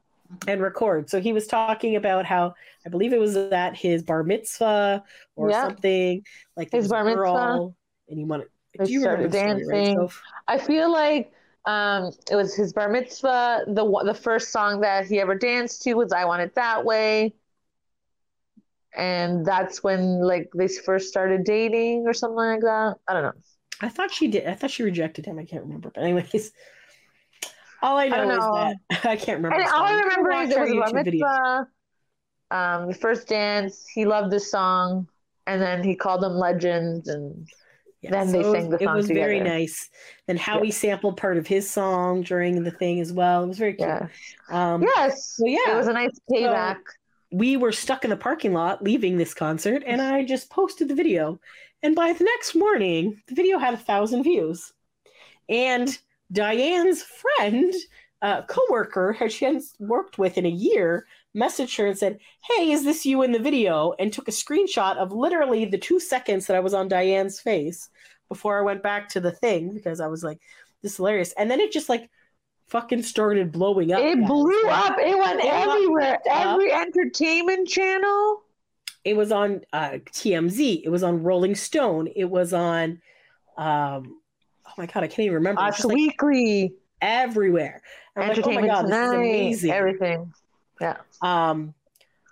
Speaker 8: and record. So he was talking about how I believe it was at his bar mitzvah or
Speaker 11: Yeah.
Speaker 8: something like there
Speaker 11: His
Speaker 8: was a
Speaker 11: bar mitzvah.
Speaker 8: girl And he wanted.
Speaker 11: They
Speaker 8: Do you remember the
Speaker 11: started
Speaker 8: story, right,
Speaker 11: dancing.
Speaker 8: Soph?
Speaker 11: I feel like um, it was his bar mitzvah. The one- the first song that he ever danced to was "I Want It That Way," and that's when like they first started dating or something like that. I don't know.
Speaker 8: I thought she did. I thought she rejected him. I can't remember. But anyways, all I know,
Speaker 11: don't know.
Speaker 8: is that I can't remember.
Speaker 11: And
Speaker 8: the
Speaker 11: all I
Speaker 8: song.
Speaker 11: remember
Speaker 8: Watch
Speaker 11: is it
Speaker 8: our
Speaker 11: was a bar
Speaker 8: YouTube video.
Speaker 11: mitzvah. Um, the first dance, he loved this song, and then he called them legends, and
Speaker 8: Yeah,
Speaker 11: Then they
Speaker 8: so it
Speaker 11: sang
Speaker 8: was-
Speaker 11: the
Speaker 8: It
Speaker 11: song
Speaker 8: was very
Speaker 11: together.
Speaker 8: nice. Then Howie sampled part of his song during the thing as well. It was very cute.
Speaker 11: yeah,
Speaker 8: Um,
Speaker 11: yes,
Speaker 8: well, yeah.
Speaker 11: it was a nice payback.
Speaker 8: We were stuck in the parking lot leaving this concert, and I just posted the video. And by the next morning, the video had a thousand views. And Diane's friend, uh, coworker, who she hadn't worked with in a year, messaged her and said, "Hey, is this you in the video?" And took a screenshot of literally the two seconds that I was on Diane's face before I went back to the thing because I was like, "This is hilarious." And then it just like fucking started blowing up.
Speaker 11: it
Speaker 8: guys.
Speaker 11: blew
Speaker 8: Like,
Speaker 11: up. It went
Speaker 8: It blew up.
Speaker 11: everywhere.
Speaker 8: up.
Speaker 11: Every entertainment channel.
Speaker 8: It was on uh, TMZ. It was on Rolling Stone. It was on. Um, oh my god, I can't even remember. It was
Speaker 11: Us
Speaker 8: just, like,
Speaker 11: Weekly,
Speaker 8: everywhere. And I'm like, oh my
Speaker 11: Entertainment
Speaker 8: god, this is
Speaker 11: Tonight,
Speaker 8: amazing.
Speaker 11: everything.
Speaker 8: Um,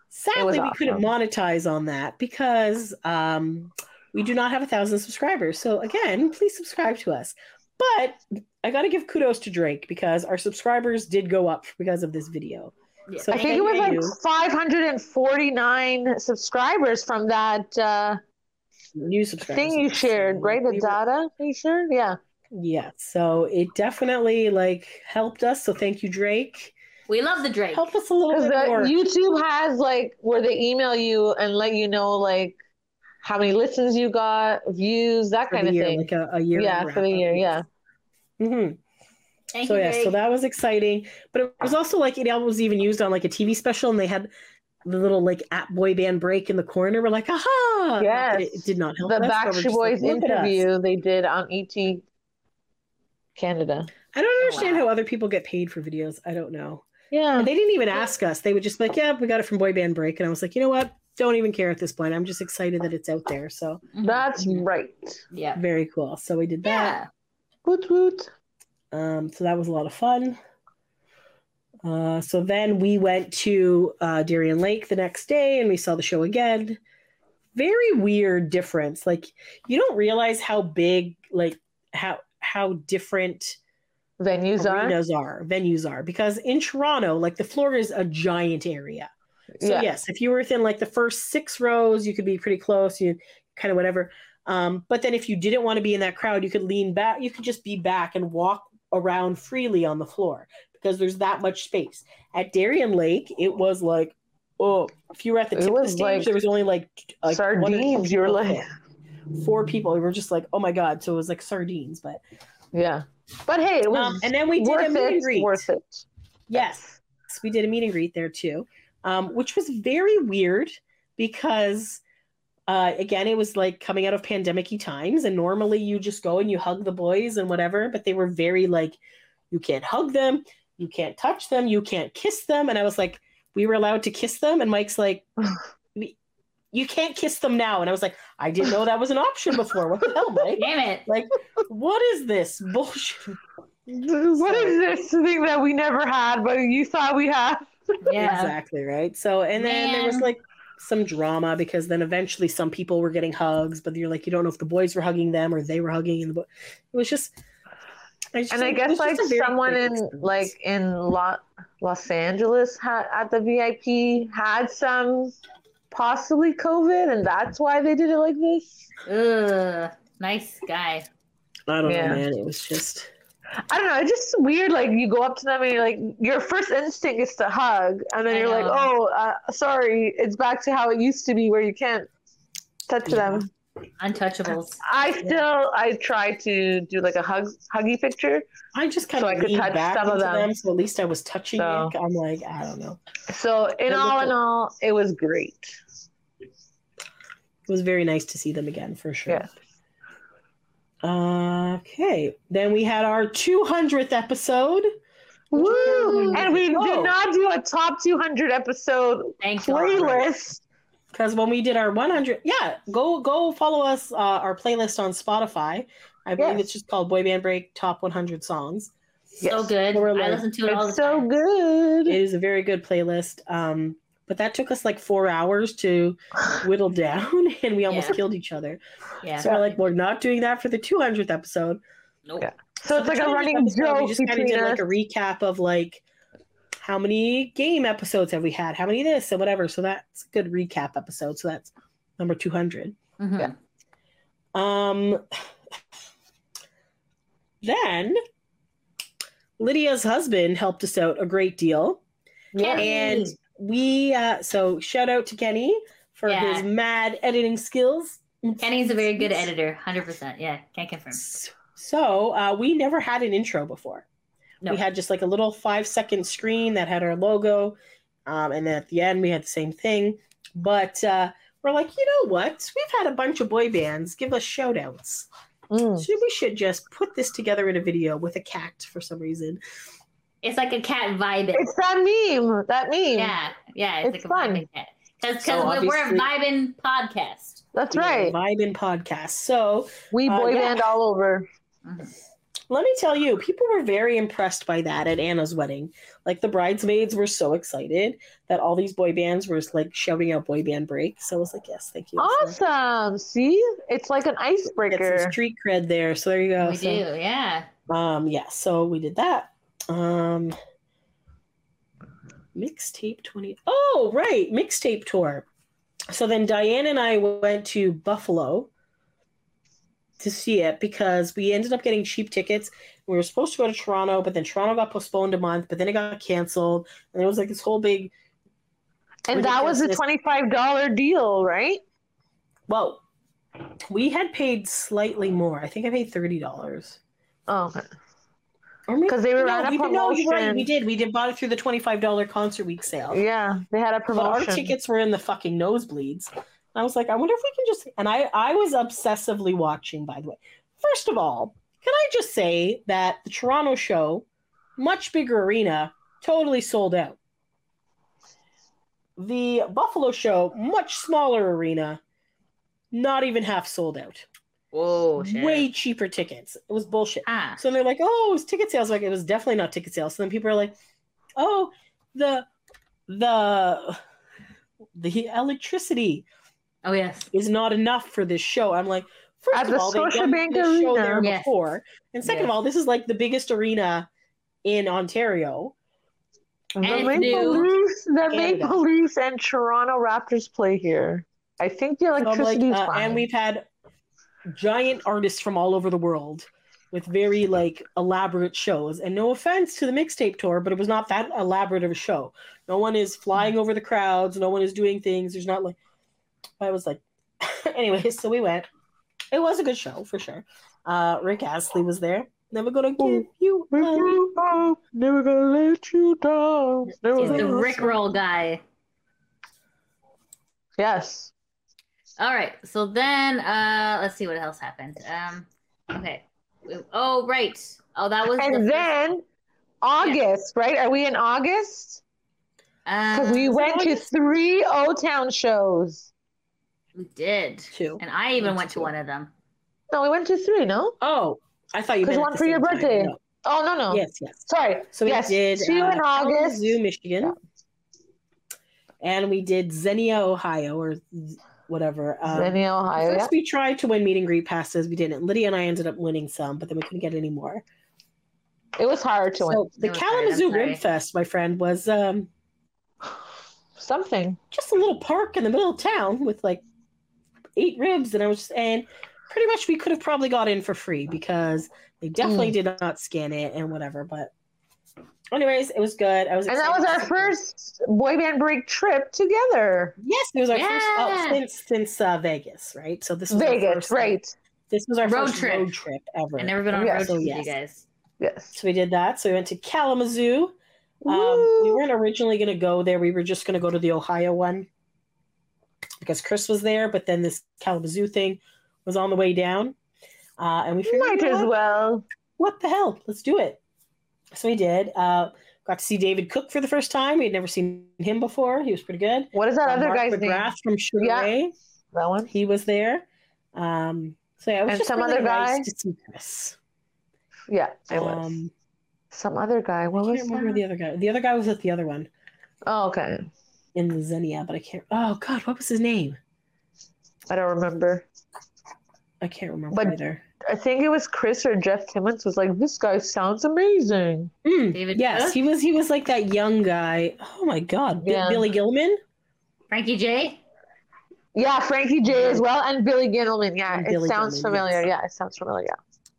Speaker 8: sadly, we
Speaker 11: awesome.
Speaker 8: couldn't monetize on that because um, we do not have a thousand subscribers. So again, please subscribe to us. But I got to give kudos to Drake because our subscribers did go up because of this video.
Speaker 10: Yeah.
Speaker 8: So
Speaker 11: I think
Speaker 8: thank
Speaker 11: it was like
Speaker 8: you,
Speaker 11: 549 subscribers from that uh,
Speaker 8: new subscribers.
Speaker 11: thing you shared,
Speaker 8: So
Speaker 11: right? The
Speaker 8: we were-
Speaker 11: data you shared, yeah.
Speaker 8: Yeah. So it definitely like helped us. So thank you, Drake.
Speaker 10: We love the Drake.
Speaker 8: Help us a little
Speaker 11: Because
Speaker 8: bit more.
Speaker 11: YouTube has like where they email you and let you know like how many listens you got, views, that
Speaker 8: for
Speaker 11: kind
Speaker 8: the
Speaker 11: of
Speaker 8: year,
Speaker 11: thing.
Speaker 8: like a, a year.
Speaker 11: yeah, for the year, yeah.
Speaker 8: hmm
Speaker 10: Thank
Speaker 8: so
Speaker 10: you,
Speaker 8: yeah,
Speaker 10: Drake.
Speaker 8: so that was exciting, but it was also like it was even used on like a TV special, and they had the little like at boy band break in the corner. We're like, aha! Not that
Speaker 11: Yes.
Speaker 8: it, it did not help.
Speaker 11: The
Speaker 8: us, but we're
Speaker 11: Backstreet
Speaker 8: just like,
Speaker 11: Boys
Speaker 8: "Look at us."
Speaker 11: interview they did on ET Canada.
Speaker 8: I
Speaker 11: Oh,
Speaker 8: don't understand
Speaker 10: Wow.
Speaker 8: how other people get paid for videos. I don't know.
Speaker 11: Yeah.
Speaker 8: And they didn't even ask us. They would just be like, yeah, we got it from boy band break, and I was like, you know what? Don't even care at this point. I'm just excited that it's out there. So
Speaker 10: Mhm.
Speaker 11: That's
Speaker 8: Mm-hmm.
Speaker 11: right.
Speaker 10: yeah.
Speaker 8: very cool. So we did that.
Speaker 10: Yeah.
Speaker 11: Woot woot.
Speaker 8: Um, so that was a lot of fun. Uh, so then we went to uh, Darien Lake the next day and we saw the show again. Very weird difference. Like you don't realize how big, like how how different
Speaker 11: Venues are.
Speaker 8: arenas are, venues are. Because in Toronto, like the floor is a giant area. So
Speaker 11: yeah.
Speaker 8: yes, if you were within like the first six rows, you could be pretty close. You kind of whatever. Um, but then if you didn't want to be in that crowd, you could lean back, you could just be back and walk around freely on the floor because there's that much space. At Darien Lake, it was like, oh, if you were at the
Speaker 11: It
Speaker 8: tip of the
Speaker 11: was
Speaker 8: stage,
Speaker 11: like
Speaker 8: there was only like, t- like one or two
Speaker 11: Sardines, you were
Speaker 8: people
Speaker 11: like-
Speaker 8: there. four people. We were just like, oh my god! So it was like sardines, but
Speaker 11: Yeah. But hey, it was
Speaker 8: um, and then we did a
Speaker 11: worth
Speaker 8: meet and
Speaker 11: it.
Speaker 8: greet.
Speaker 11: Worth it.
Speaker 8: Yes, we did a meet and greet there too, um, which was very weird because, uh, again, it was like coming out of pandemic times, and normally you just go and you hug the boys and whatever, but they were very like, you can't hug them, you can't touch them, you can't kiss them, and I was like, we were allowed to kiss them, and Mike's like. "We- You can't kiss them now. And I was like, I didn't know that was an option before. What the hell, Mike?
Speaker 10: Damn it.
Speaker 8: What is this bullshit?
Speaker 11: What is this thing that we never had, but you thought we had?
Speaker 10: Yeah.
Speaker 8: Exactly, right? So, and then there was
Speaker 10: Man.
Speaker 8: like some drama because then eventually some people were getting hugs, but you're like, you don't know if the boys were hugging them or they were hugging. And the bo- it was just, it's
Speaker 11: And
Speaker 8: just-
Speaker 11: I
Speaker 8: it
Speaker 11: guess
Speaker 8: was
Speaker 11: like
Speaker 8: just a very
Speaker 11: someone
Speaker 8: quick
Speaker 11: in
Speaker 8: experience.
Speaker 11: like in Lo- Los Angeles had at the VIP had some possibly COVID, and that's why they did it like this.
Speaker 10: Ugh. Nice guy.
Speaker 8: I don't
Speaker 11: yeah.
Speaker 8: know, man. It was just,
Speaker 11: I don't know. It's just weird. Like you go up to them and you're like, your first instinct is to hug, and then
Speaker 10: I
Speaker 11: you're like,
Speaker 10: know.
Speaker 11: oh, uh, sorry, it's back to how it used to be where you can't touch them.
Speaker 10: Untouchables.
Speaker 11: I still I try to do like a hug huggy picture.
Speaker 8: I just kind
Speaker 11: So I
Speaker 8: of
Speaker 11: could
Speaker 8: leaned
Speaker 11: touch
Speaker 8: back
Speaker 11: some of
Speaker 8: into them.
Speaker 11: them.
Speaker 8: So at least I was touching
Speaker 11: So-
Speaker 8: it. I'm like, I don't know.
Speaker 11: So in
Speaker 8: I
Speaker 11: all
Speaker 8: look
Speaker 11: in
Speaker 8: at-
Speaker 11: all, it was great.
Speaker 8: It was very nice to see them again for sure.
Speaker 11: Yeah.
Speaker 8: Uh, okay. Then we had our 200th episode.
Speaker 11: Woo! And we
Speaker 8: Whoa.
Speaker 11: did not do a top 200 episode
Speaker 10: Thank God.
Speaker 11: playlist.
Speaker 8: because when we did our 100 yeah go go follow us uh, our playlist on spotify i believe
Speaker 11: Yes.
Speaker 8: it's just called boy band break top 100 songs
Speaker 10: So good.
Speaker 8: We're
Speaker 10: I
Speaker 8: like-
Speaker 10: listen to it all the
Speaker 11: It's so
Speaker 10: time.
Speaker 8: it
Speaker 11: good.
Speaker 8: is a very good playlist um but that took us like four hours to whittle down and we almost
Speaker 10: Yeah.
Speaker 8: killed each other
Speaker 10: Yeah.
Speaker 8: so we're like we're not doing that for the 200th episode
Speaker 10: Nope.
Speaker 11: Yeah. So it's
Speaker 8: the
Speaker 11: like a
Speaker 8: 200th
Speaker 11: running
Speaker 8: episode, we
Speaker 11: joke
Speaker 8: just kind of
Speaker 11: between
Speaker 8: did
Speaker 11: us.
Speaker 8: like a recap of like how many game episodes have we had how many this and whatever so that's a good recap episode so that's number 200
Speaker 10: Mhm.
Speaker 11: Yeah.
Speaker 8: Um, then Lydia's husband helped us out a great deal,
Speaker 10: Kenny.
Speaker 8: and we uh, so shout out to Kenny for
Speaker 10: Yeah.
Speaker 8: his mad editing skills.
Speaker 10: Kenny's a very good editor. Hundred percent. Yeah. Can't confirm.
Speaker 8: So uh, we never had an intro before.
Speaker 10: No.
Speaker 8: We had just like a little five second screen that had our logo, um, and then at the end we had the same thing. But uh, we're like, you know what? We've had a bunch of boy bands give us shout outs.
Speaker 11: Mm.
Speaker 8: So we should just put this together in a video with a cat for some reason.
Speaker 10: It's like a cat vibing.
Speaker 11: It's that meme. That meme.
Speaker 10: yeah. Yeah. It's, like
Speaker 11: It's
Speaker 10: a
Speaker 11: fun.
Speaker 10: vibing cat. Because
Speaker 8: So
Speaker 10: we're a
Speaker 8: obviously-
Speaker 10: vibing podcast.
Speaker 11: That's
Speaker 8: You know,
Speaker 11: right.
Speaker 8: Vibe and podcast. So
Speaker 11: We
Speaker 8: Uh,
Speaker 11: boy
Speaker 8: yeah.
Speaker 11: band all over.
Speaker 10: Mm-hmm.
Speaker 8: let me tell you, people were very impressed by that at Anna's wedding. Like the bridesmaids were so excited that all these boy bands were like shouting out boy band break. So I was like, yes, thank you. So
Speaker 11: Awesome. See? It's like an
Speaker 8: Get some
Speaker 11: icebreaker.
Speaker 8: street cred there. So there you go.
Speaker 10: we
Speaker 8: Oh, So,
Speaker 10: do. Yeah.
Speaker 8: Um, yeah, so we did that. Um mixtape 20 oh right mixtape tour so then diane and i went to buffalo to see it because we ended up getting cheap tickets we were supposed to go to toronto but then toronto got postponed a month but then it got canceled and it was like this whole big
Speaker 11: And that was a
Speaker 8: ridiculousness.
Speaker 11: $25 deal, right?
Speaker 8: well we had paid slightly more i think i paid $30
Speaker 11: Oh,
Speaker 8: Or maybe-
Speaker 11: 'Cause they were on a
Speaker 8: we did- no, you're right,
Speaker 11: promotion.
Speaker 8: we did we did bought it through the $25 concert week sale
Speaker 11: yeah. They had a
Speaker 8: but our
Speaker 11: promotion.
Speaker 8: tickets were in the fucking nosebleeds. And I was like, I wonder if we can just. And I, I was obsessively watching. By the way, first of all, can I just say that the Toronto show, much bigger arena, totally sold out. The Buffalo show, much smaller arena, not even half sold out.
Speaker 10: Whoa. Shit.
Speaker 8: Way cheaper tickets. It was bullshit.
Speaker 10: Ah.
Speaker 8: So they're like, oh, it was ticket sales. Like it was definitely not ticket sales. So then people are like, oh, the the the electricity
Speaker 10: Oh yes.
Speaker 8: is not enough for this show. I'm like, first
Speaker 11: At
Speaker 8: of
Speaker 11: the
Speaker 8: all, they've done
Speaker 11: Scotiabank
Speaker 8: this show
Speaker 11: Arena.
Speaker 8: there
Speaker 10: Yes.
Speaker 8: before, and second of
Speaker 10: Yes.
Speaker 8: all, this is like the biggest arena in Ontario.
Speaker 11: The
Speaker 10: And it's
Speaker 11: Maple
Speaker 10: new.
Speaker 11: Leafs, the
Speaker 8: Canada.
Speaker 11: Maple Leafs, and Toronto Raptors play here. I think the
Speaker 8: So I'm like,
Speaker 11: electricity's
Speaker 8: uh,
Speaker 11: fine.
Speaker 8: and we've had giant artists from all over the world with very like elaborate shows. And no offense to the mixtape tour, but it was not that elaborate of a show. No one is flying over the crowds. No one is doing things. There's not like I was like, anyway. So we went. It was a good show for sure. Uh, Rick Astley was there. Never gonna
Speaker 11: Oh.
Speaker 8: give you up.
Speaker 11: Never oh, gonna let you down. Never
Speaker 10: He's the
Speaker 11: gonna let you-
Speaker 10: Rickroll guy.
Speaker 11: Yes.
Speaker 10: All right. So then, uh, let's see what else happened. Um, okay. Oh, right. Oh, that was.
Speaker 11: And
Speaker 10: the
Speaker 11: then August, right? Are we in August? Because
Speaker 8: Uh,
Speaker 10: first-
Speaker 11: we
Speaker 10: um,
Speaker 11: went to three O Town shows.
Speaker 10: we did.
Speaker 8: Two.
Speaker 10: And I even
Speaker 8: That's
Speaker 10: went to
Speaker 8: two.
Speaker 10: one of them.
Speaker 11: No, we went to three, no?
Speaker 8: Oh, I thought you
Speaker 11: Because
Speaker 8: meant at
Speaker 11: one
Speaker 8: the
Speaker 11: for your
Speaker 8: same time.
Speaker 11: birthday.
Speaker 8: No.
Speaker 11: Oh no no.
Speaker 8: Yes, yes.
Speaker 11: Sorry.
Speaker 8: So we
Speaker 11: yes.
Speaker 8: did
Speaker 11: two
Speaker 8: uh,
Speaker 11: in August.
Speaker 8: Kalamazoo, Michigan, and we did Xenia, Ohio, or Z- whatever. Um,
Speaker 11: Vinny, Ohio.
Speaker 8: First,
Speaker 11: Yeah.
Speaker 8: we tried to win meet and greet passes. We didn't. Lydia and I ended up winning some, but then we couldn't get any more.
Speaker 11: It was hard to win.
Speaker 8: So the
Speaker 10: It was hard, I'm
Speaker 8: Kalamazoo
Speaker 10: sorry.
Speaker 8: Rim Fest, my friend, was um,
Speaker 11: Something.
Speaker 8: just a little park in the middle of town with like eight ribs, and I was just and pretty much we could have probably got in for free because they
Speaker 11: Mm.
Speaker 8: definitely did not scan it and whatever. But anyways, it was good. I was
Speaker 11: And that
Speaker 8: excited
Speaker 11: was
Speaker 8: to
Speaker 11: our
Speaker 8: see-
Speaker 11: first boy band break trip together.
Speaker 8: Yes, it was our first
Speaker 10: Yeah.
Speaker 8: oh, since since uh, Vegas, right? So this was our
Speaker 11: Vegas,
Speaker 8: first, like,
Speaker 11: right.
Speaker 8: This was our
Speaker 10: Road
Speaker 8: first
Speaker 10: trip.
Speaker 8: road trip ever.
Speaker 10: I've never been on a
Speaker 11: Yeah,
Speaker 10: road
Speaker 8: so
Speaker 10: trip
Speaker 8: yes.
Speaker 10: with you guys.
Speaker 11: Yes.
Speaker 8: So we did that. So we went to Kalamazoo. Um, we
Speaker 11: Woo.
Speaker 8: weren't originally going to go there. We were just going to go to the Ohio one because Chris was there, but then this Kalamazoo thing was on the way down. Uh, and we figured,
Speaker 11: Might
Speaker 8: you know
Speaker 11: as
Speaker 8: what?
Speaker 11: well.
Speaker 8: what the hell? Let's do it. So we did. Uh, got to see David Cook for the first time. We had never seen him before. He was pretty good.
Speaker 11: What is that
Speaker 8: Uh,
Speaker 11: other
Speaker 8: Mark
Speaker 11: guy's name?
Speaker 8: McGrath from Sugar
Speaker 11: Yeah.
Speaker 8: Ray.
Speaker 11: That one.
Speaker 8: He was there. Um, so yeah, it was
Speaker 11: And
Speaker 8: just
Speaker 11: some
Speaker 8: really
Speaker 11: other
Speaker 8: nice
Speaker 11: guy?
Speaker 8: to see Chris.
Speaker 11: Yeah, it was.
Speaker 8: Um,
Speaker 11: Some other guy. What
Speaker 8: I
Speaker 11: was
Speaker 8: can't remember
Speaker 11: that?
Speaker 8: the other guy. The other guy was at the other one.
Speaker 11: Oh, okay.
Speaker 8: in the Xenia, but I can't. Oh God, what was his name?
Speaker 11: I don't remember.
Speaker 8: I can't remember
Speaker 11: But-
Speaker 8: either.
Speaker 11: I think it was Chris or Jeff Timmons was like, this guy sounds amazing.
Speaker 8: Mm,
Speaker 10: David
Speaker 8: yes,
Speaker 10: Cook?
Speaker 8: he was. He was like that young guy. Oh my God, Bi-
Speaker 11: Yeah.
Speaker 8: Billy Gilman.
Speaker 10: Frankie J.
Speaker 11: Yeah, Frankie J as well, and Billy Gilman. Yeah,
Speaker 8: And
Speaker 11: it
Speaker 8: Billy
Speaker 11: sounds
Speaker 8: Gilman, yes.
Speaker 11: familiar. Yeah, it sounds familiar.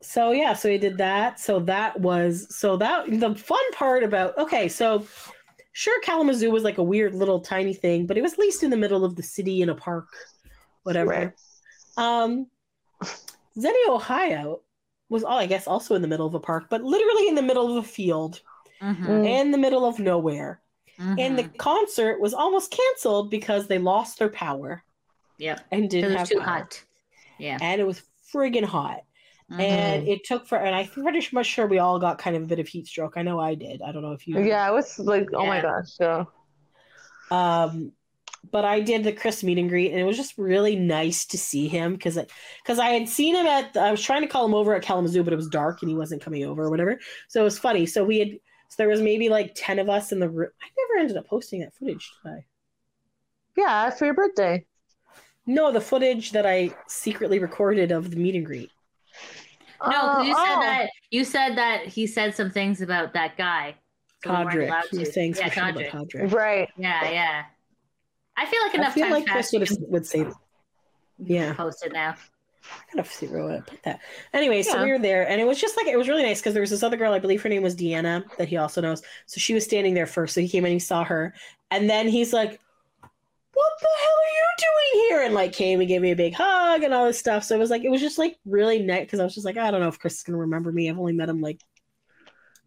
Speaker 8: So yeah, so he did that. So that was so that the fun part about okay, so sure Kalamazoo was like a weird little tiny thing, but it was at least in the middle of the city in a park, whatever.
Speaker 11: Right.
Speaker 8: Um Xenia, Ohio was all I guess also in the middle of a park, but literally in the middle of a field,
Speaker 10: Mm-hmm.
Speaker 11: Mm.
Speaker 8: in the middle of nowhere. and the concert was almost canceled because they lost their power
Speaker 10: yep.
Speaker 8: and
Speaker 10: It
Speaker 8: didn't have
Speaker 10: was too
Speaker 8: power.
Speaker 10: hot. Yeah.
Speaker 8: and it was friggin' hot
Speaker 10: Mm-hmm.
Speaker 8: and it took for and i'm pretty much sure we all got kind of a bit of heat stroke i know i did i don't know if you did.
Speaker 11: Yeah, it was like, oh my
Speaker 10: Yeah.
Speaker 11: gosh. Yeah.
Speaker 8: um but i did the chris meet and greet and it was just really nice to see him because because i had seen him at i was trying to call him over at kalamazoo but it was dark and he wasn't coming over or whatever so it was funny so we had so there was maybe like 10 of us in the room i never ended up posting that footage did i
Speaker 11: Yeah, for your birthday.
Speaker 8: No, the footage that I secretly recorded of the meet and greet.
Speaker 10: No, 'cause you said
Speaker 11: oh.
Speaker 10: that you said that he said some things about that guy. so we weren't
Speaker 8: Kodrick.
Speaker 10: allowed
Speaker 8: He
Speaker 10: to.
Speaker 8: was saying
Speaker 10: yeah,
Speaker 8: some shit about
Speaker 10: Kodrick.
Speaker 8: Kodrick.
Speaker 11: Right.
Speaker 10: Yeah, yeah. I feel like
Speaker 8: I
Speaker 10: enough
Speaker 8: feel
Speaker 10: times
Speaker 8: like Chris
Speaker 10: passed.
Speaker 8: would, have,
Speaker 10: you
Speaker 8: would say, I
Speaker 10: can
Speaker 8: yeah.
Speaker 10: post it now.
Speaker 8: gotta see where would I put that. Anyway, so
Speaker 11: Yeah.
Speaker 8: we were there, and it was just like, it was really nice because there was this other girl, I believe her name was Deanna, that he also knows. So she was standing there first. So he came in, he saw her, and then he's like, What the hell are you doing here? And like came and gave me a big hug and all this stuff. So it was like, it was just like really nice because I was just like, I don't know if Chris is gonna remember me. I've only met him like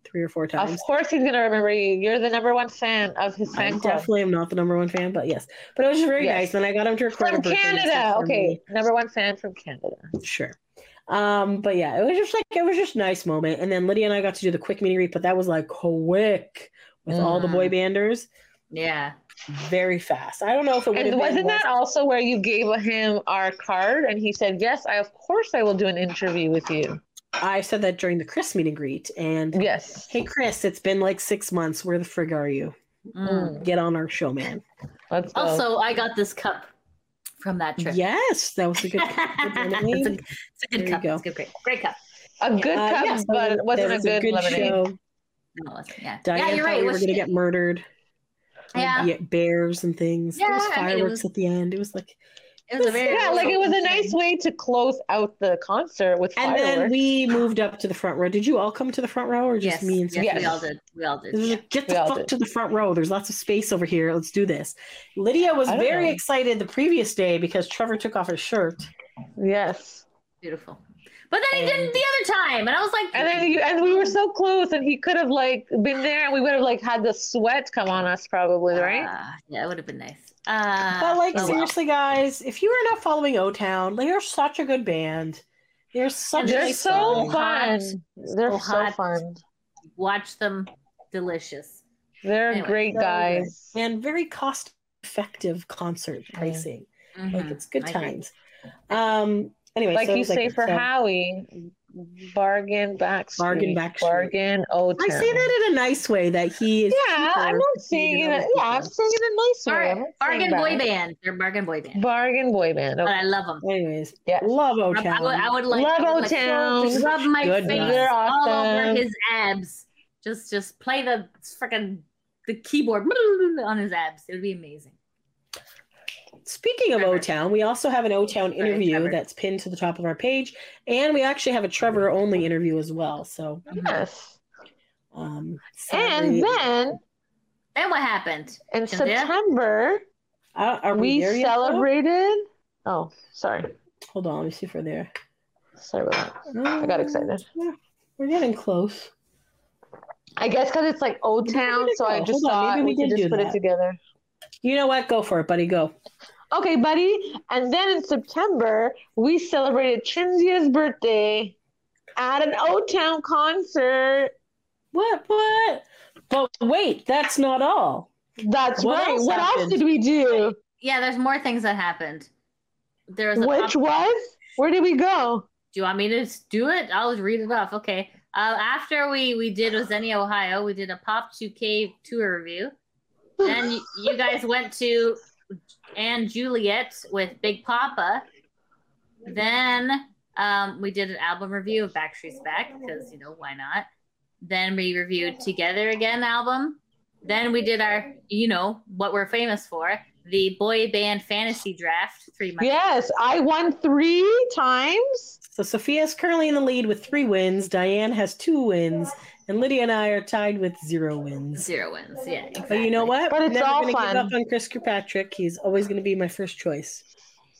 Speaker 8: three or four times.
Speaker 11: Of course he's gonna remember you. You're the number one fan of his
Speaker 8: I
Speaker 11: fan club.
Speaker 8: definitely am not the number one fan, but yes. But it was just very
Speaker 11: Yes.
Speaker 8: nice. Then I got him to record a
Speaker 11: From
Speaker 8: birthday
Speaker 11: Canada.
Speaker 8: message for
Speaker 11: Okay. Number one fan from Canada.
Speaker 8: me. Sure. Um, but yeah, it was just like it was just a nice moment. And then Lydia and I got to do the quick meet and greet, but that was like quick with all the
Speaker 11: Mm.
Speaker 8: boy banders,
Speaker 10: Yeah.
Speaker 8: very fast. I don't know if it would
Speaker 11: And
Speaker 8: have been
Speaker 11: wasn't that also where you gave him our card and he said, Yes, I of course I will do an interview with you.
Speaker 8: I said that during the Chris meet and greet and
Speaker 11: Yes.
Speaker 8: Hey Chris, it's been like six months. Where the frig are you?
Speaker 10: Mm.
Speaker 8: Get on our show, man.
Speaker 11: Hmm. Let's go.
Speaker 10: Also, I got this cup from that trip.
Speaker 8: Yes, that was a good. Uh, good
Speaker 10: it's, a,
Speaker 8: lemonade.
Speaker 10: it's a
Speaker 8: There
Speaker 10: good
Speaker 8: you
Speaker 10: cup.
Speaker 8: go.
Speaker 10: It's a good, great, great cup.
Speaker 11: a good
Speaker 8: Uh,
Speaker 11: cup,
Speaker 8: yeah, so
Speaker 11: but it wasn't
Speaker 8: there
Speaker 11: a
Speaker 8: was
Speaker 11: good, lemonade.
Speaker 8: show.
Speaker 10: No, it wasn't. Yeah.
Speaker 8: Diane
Speaker 10: yeah, you're
Speaker 8: thought
Speaker 10: right.
Speaker 8: we
Speaker 10: it
Speaker 8: were
Speaker 10: was
Speaker 8: going to
Speaker 10: shit.
Speaker 8: get murdered.
Speaker 10: yeah.
Speaker 8: yeah, bears and things. there was
Speaker 10: Yeah, I mean, it
Speaker 8: fireworks
Speaker 10: was-
Speaker 8: at the end. It was like
Speaker 10: It was a very
Speaker 11: yeah, like it was a nice way to close out the concert with
Speaker 8: And
Speaker 11: fireworks.
Speaker 8: then we moved up to the front row. Did you all come to the front row or just
Speaker 10: Yes,
Speaker 8: me and
Speaker 10: yes,
Speaker 11: Yes.
Speaker 10: we all did. We all did.
Speaker 8: It was
Speaker 10: yeah.
Speaker 8: like, get
Speaker 11: We
Speaker 8: the
Speaker 11: all
Speaker 8: fuck
Speaker 11: did.
Speaker 8: to the front row. There's lots of space over here. Let's do this. Lydia was
Speaker 11: I don't
Speaker 8: very
Speaker 11: know.
Speaker 8: excited the previous day because Trevor took off his shirt.
Speaker 11: yes,
Speaker 10: Beautiful. But then he didn't the other time, and I was like,
Speaker 11: and then you, and we were so close, and he could have like been there, and we would have like had the sweat come on us probably, right?
Speaker 10: Ah, yeah, it would have been nice. Uh,
Speaker 8: but like
Speaker 10: oh well.
Speaker 8: seriously, guys, if you are not following O Town, they are such a good band. They're such
Speaker 10: And
Speaker 11: They're
Speaker 8: a
Speaker 10: it's
Speaker 11: so
Speaker 10: so
Speaker 11: fun. They're
Speaker 10: so
Speaker 11: so
Speaker 10: hot.
Speaker 11: fun.
Speaker 10: watch them, delicious.
Speaker 11: They're
Speaker 10: Anyway,
Speaker 11: great
Speaker 8: so good.
Speaker 11: guys.
Speaker 8: and very cost effective concert pricing. Like
Speaker 10: Mhm.
Speaker 8: it's good
Speaker 10: I agree.
Speaker 8: times. Um. Anyway,
Speaker 11: Like
Speaker 8: so it
Speaker 11: you
Speaker 8: was
Speaker 11: say for
Speaker 8: so-
Speaker 11: Howie, bargain back,
Speaker 8: Bargain
Speaker 11: street,
Speaker 8: back street.
Speaker 11: bargain. Oh,
Speaker 8: I say that in a nice way that he is.
Speaker 11: Yeah,
Speaker 8: cheaper
Speaker 11: I'm not
Speaker 8: than
Speaker 11: saying it.
Speaker 8: other
Speaker 11: Yeah,
Speaker 8: people.
Speaker 11: I'm saying it in a nice way. I'm
Speaker 10: Bar-
Speaker 11: not
Speaker 10: bargain
Speaker 11: saying
Speaker 10: boy
Speaker 11: bad.
Speaker 10: band. They're bargain boy band.
Speaker 11: Bargain boy band.
Speaker 10: But
Speaker 11: Okay.
Speaker 10: I love them.
Speaker 8: Anyways,
Speaker 11: Yeah.
Speaker 8: love O
Speaker 10: I
Speaker 8: Town.
Speaker 10: would, I would like,
Speaker 11: Love
Speaker 10: I would like
Speaker 11: O-Town.
Speaker 10: to rub my
Speaker 8: Good
Speaker 10: face
Speaker 8: night.
Speaker 11: They're
Speaker 10: all
Speaker 11: awesome.
Speaker 10: over his abs. Just, just play the freaking the keyboard on his abs. It would be amazing.
Speaker 8: Speaking of
Speaker 10: Trevor.
Speaker 8: O Town, we also have an O Town
Speaker 10: Sorry,
Speaker 8: interview
Speaker 10: Trevor.
Speaker 8: that's pinned to the top of our page, and we actually have a Trevor only interview as well. So,
Speaker 11: Yes.
Speaker 8: um, sadly-
Speaker 11: And then
Speaker 10: Then what happened?
Speaker 11: in
Speaker 10: Yeah.
Speaker 11: September,
Speaker 8: Uh, are we,
Speaker 11: we
Speaker 8: there yet, though?
Speaker 11: celebrated. Oh, sorry.
Speaker 8: Hold on, let me see if we're there. Uh,
Speaker 11: Sorry about that. I got excited.
Speaker 8: Yeah, we're getting close.
Speaker 11: I guess because it's like Old
Speaker 8: Maybe we
Speaker 11: Town,
Speaker 8: did
Speaker 11: so I
Speaker 8: go.
Speaker 11: just
Speaker 8: Hold on,
Speaker 11: thought
Speaker 8: maybe we
Speaker 11: we could
Speaker 8: did
Speaker 11: just
Speaker 8: do
Speaker 11: put
Speaker 8: that.
Speaker 11: it together.
Speaker 8: You know what? Go for it, buddy. Go.
Speaker 11: Okay, buddy. And then in September, we celebrated Chinzia's birthday at an O Town concert.
Speaker 8: What? What? But wait, that's not all.
Speaker 11: That's
Speaker 8: What
Speaker 11: right.
Speaker 8: else
Speaker 11: What else
Speaker 8: happened?
Speaker 11: did we do?
Speaker 10: Yeah, there's more things that happened. There was a
Speaker 11: Which was? Where did we go?
Speaker 10: Do you want me to s- do it? I'll read it off. Okay. Uh, after we we did Ozenia, Ohio, we did a Pop 2K tour review. Then y- you guys went to Anne Juliet with Big Papa. Then um, we did an album review of Backstreet's Back because you know why not. Then we reviewed Together Again album. Then we did our you know what we're famous for the boy band fantasy draft three months.
Speaker 11: Yes, I won three times.
Speaker 8: So Sophia is currently in the lead with three wins. Diane has two wins, and Lydia and I are tied with zero wins.
Speaker 10: Zero wins. Yeah.
Speaker 8: But you know what?
Speaker 11: But it's
Speaker 8: Never
Speaker 11: all
Speaker 8: gonna
Speaker 11: fun.
Speaker 8: give up on Chris Kirkpatrick. He's always going to be my first choice.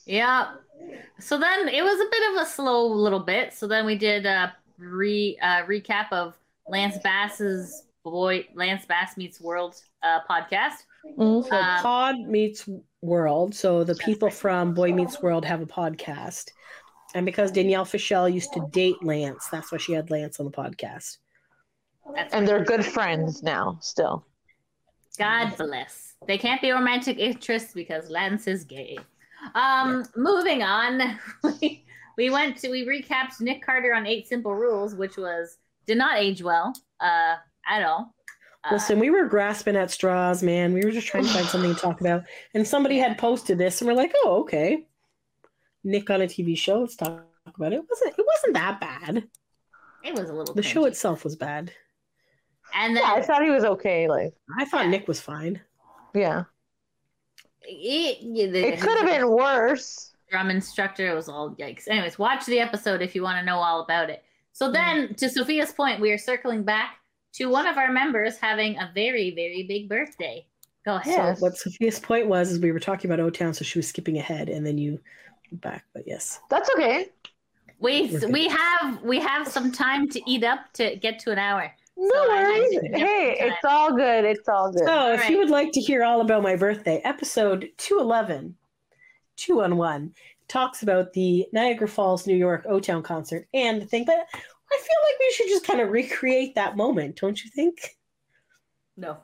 Speaker 10: Yeah. So then it was a bit of a slow little bit. So then we did a re uh, recap of Lance Bass's boy Lance Bass meets World uh, podcast.
Speaker 8: So
Speaker 10: Um,
Speaker 8: Pod Meets World. So the
Speaker 10: That's
Speaker 8: people
Speaker 10: right.
Speaker 8: from Boy Meets World have a podcast, and because Danielle Fischel used to date Lance, that's why she had Lance on the podcast.
Speaker 10: That's
Speaker 11: And
Speaker 10: right.
Speaker 11: they're good friends now, still.
Speaker 10: God bless. They can't be romantic interests because Lance is gay. Um, moving on, we, we went to we recapped Nick Carter on Eight Simple Rules, which was did not age well uh, at all. Uh,
Speaker 8: Listen, we were grasping at straws, man. We were just trying to find something to talk about, and somebody had posted this, and we're like, "Oh, okay." Nick on a TV show. Let's talk about it. It wasn't. It wasn't that bad.
Speaker 10: Uh, it was a little.
Speaker 8: The show
Speaker 10: cringy.
Speaker 8: itself was bad.
Speaker 10: and then
Speaker 11: Yeah, I thought he was okay. Like,
Speaker 8: I thought
Speaker 10: Yeah.
Speaker 8: Nick was fine.
Speaker 11: yeah.
Speaker 10: It, yeah, the-
Speaker 11: It could have been worse.
Speaker 10: drum instructor. It was all yikes. Anyways, watch the episode if you want to know all about it. So then, to Sophia's point, we are circling back to one of our members having a very, very big birthday. Go ahead.
Speaker 11: Yes.
Speaker 8: What Sophia's point was is we were talking about O Town, so she was skipping ahead, and then you went back. But yes,
Speaker 11: That's okay.
Speaker 10: We
Speaker 8: Okay.
Speaker 10: we have we have some time to eat up to get to an hour.
Speaker 11: No
Speaker 10: So I
Speaker 11: worries.
Speaker 10: like it.
Speaker 11: Hey, it's all good. It's all good.
Speaker 8: so if
Speaker 10: All right.
Speaker 8: you would like to hear all about my birthday, episode 211, 211, talks about the Niagara Falls, New York O Town concert and the thing. But I feel like we should just kind of recreate that moment, don't you think?
Speaker 10: No.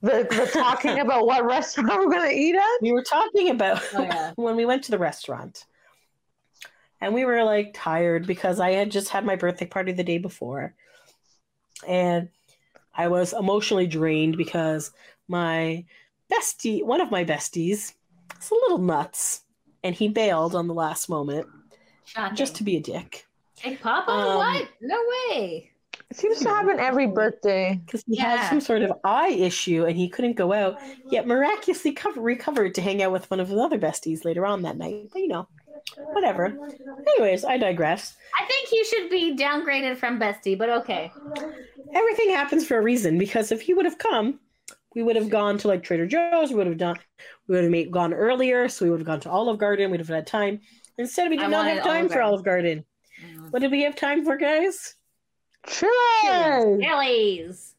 Speaker 11: The, the talking about what restaurant we're gonna eat at.
Speaker 8: We were talking about
Speaker 10: Oh, yeah.
Speaker 8: when we went to the restaurant. And we were like tired because I had just had my birthday party the day before. And I was emotionally drained because my bestie, one of my besties, is a little nuts and he bailed on the last moment
Speaker 10: Shocking.
Speaker 8: just to be a dick.
Speaker 10: Hey, Papa,
Speaker 8: Um,
Speaker 10: what? No way.
Speaker 11: It seems to happen every birthday.
Speaker 8: because he
Speaker 10: Yeah.
Speaker 8: had some sort of eye issue and he couldn't go out, yet miraculously cover- recovered to hang out with one of his other besties later on that night. But you know, whatever. Anyways, I digress.
Speaker 10: I think he should be downgraded from bestie, but okay.
Speaker 8: Everything happens for a reason because if he would have come, we would have gone to like Trader Joe's. We would have done, we would have made, gone earlier, so we would have gone to Olive Garden. We'd have had time. Instead, we did
Speaker 10: I
Speaker 8: not
Speaker 10: wanted
Speaker 8: have time
Speaker 10: Olive
Speaker 8: for
Speaker 10: Garden.
Speaker 8: Olive Garden. What did we have time for, guys?
Speaker 11: Chili!
Speaker 10: Chili's.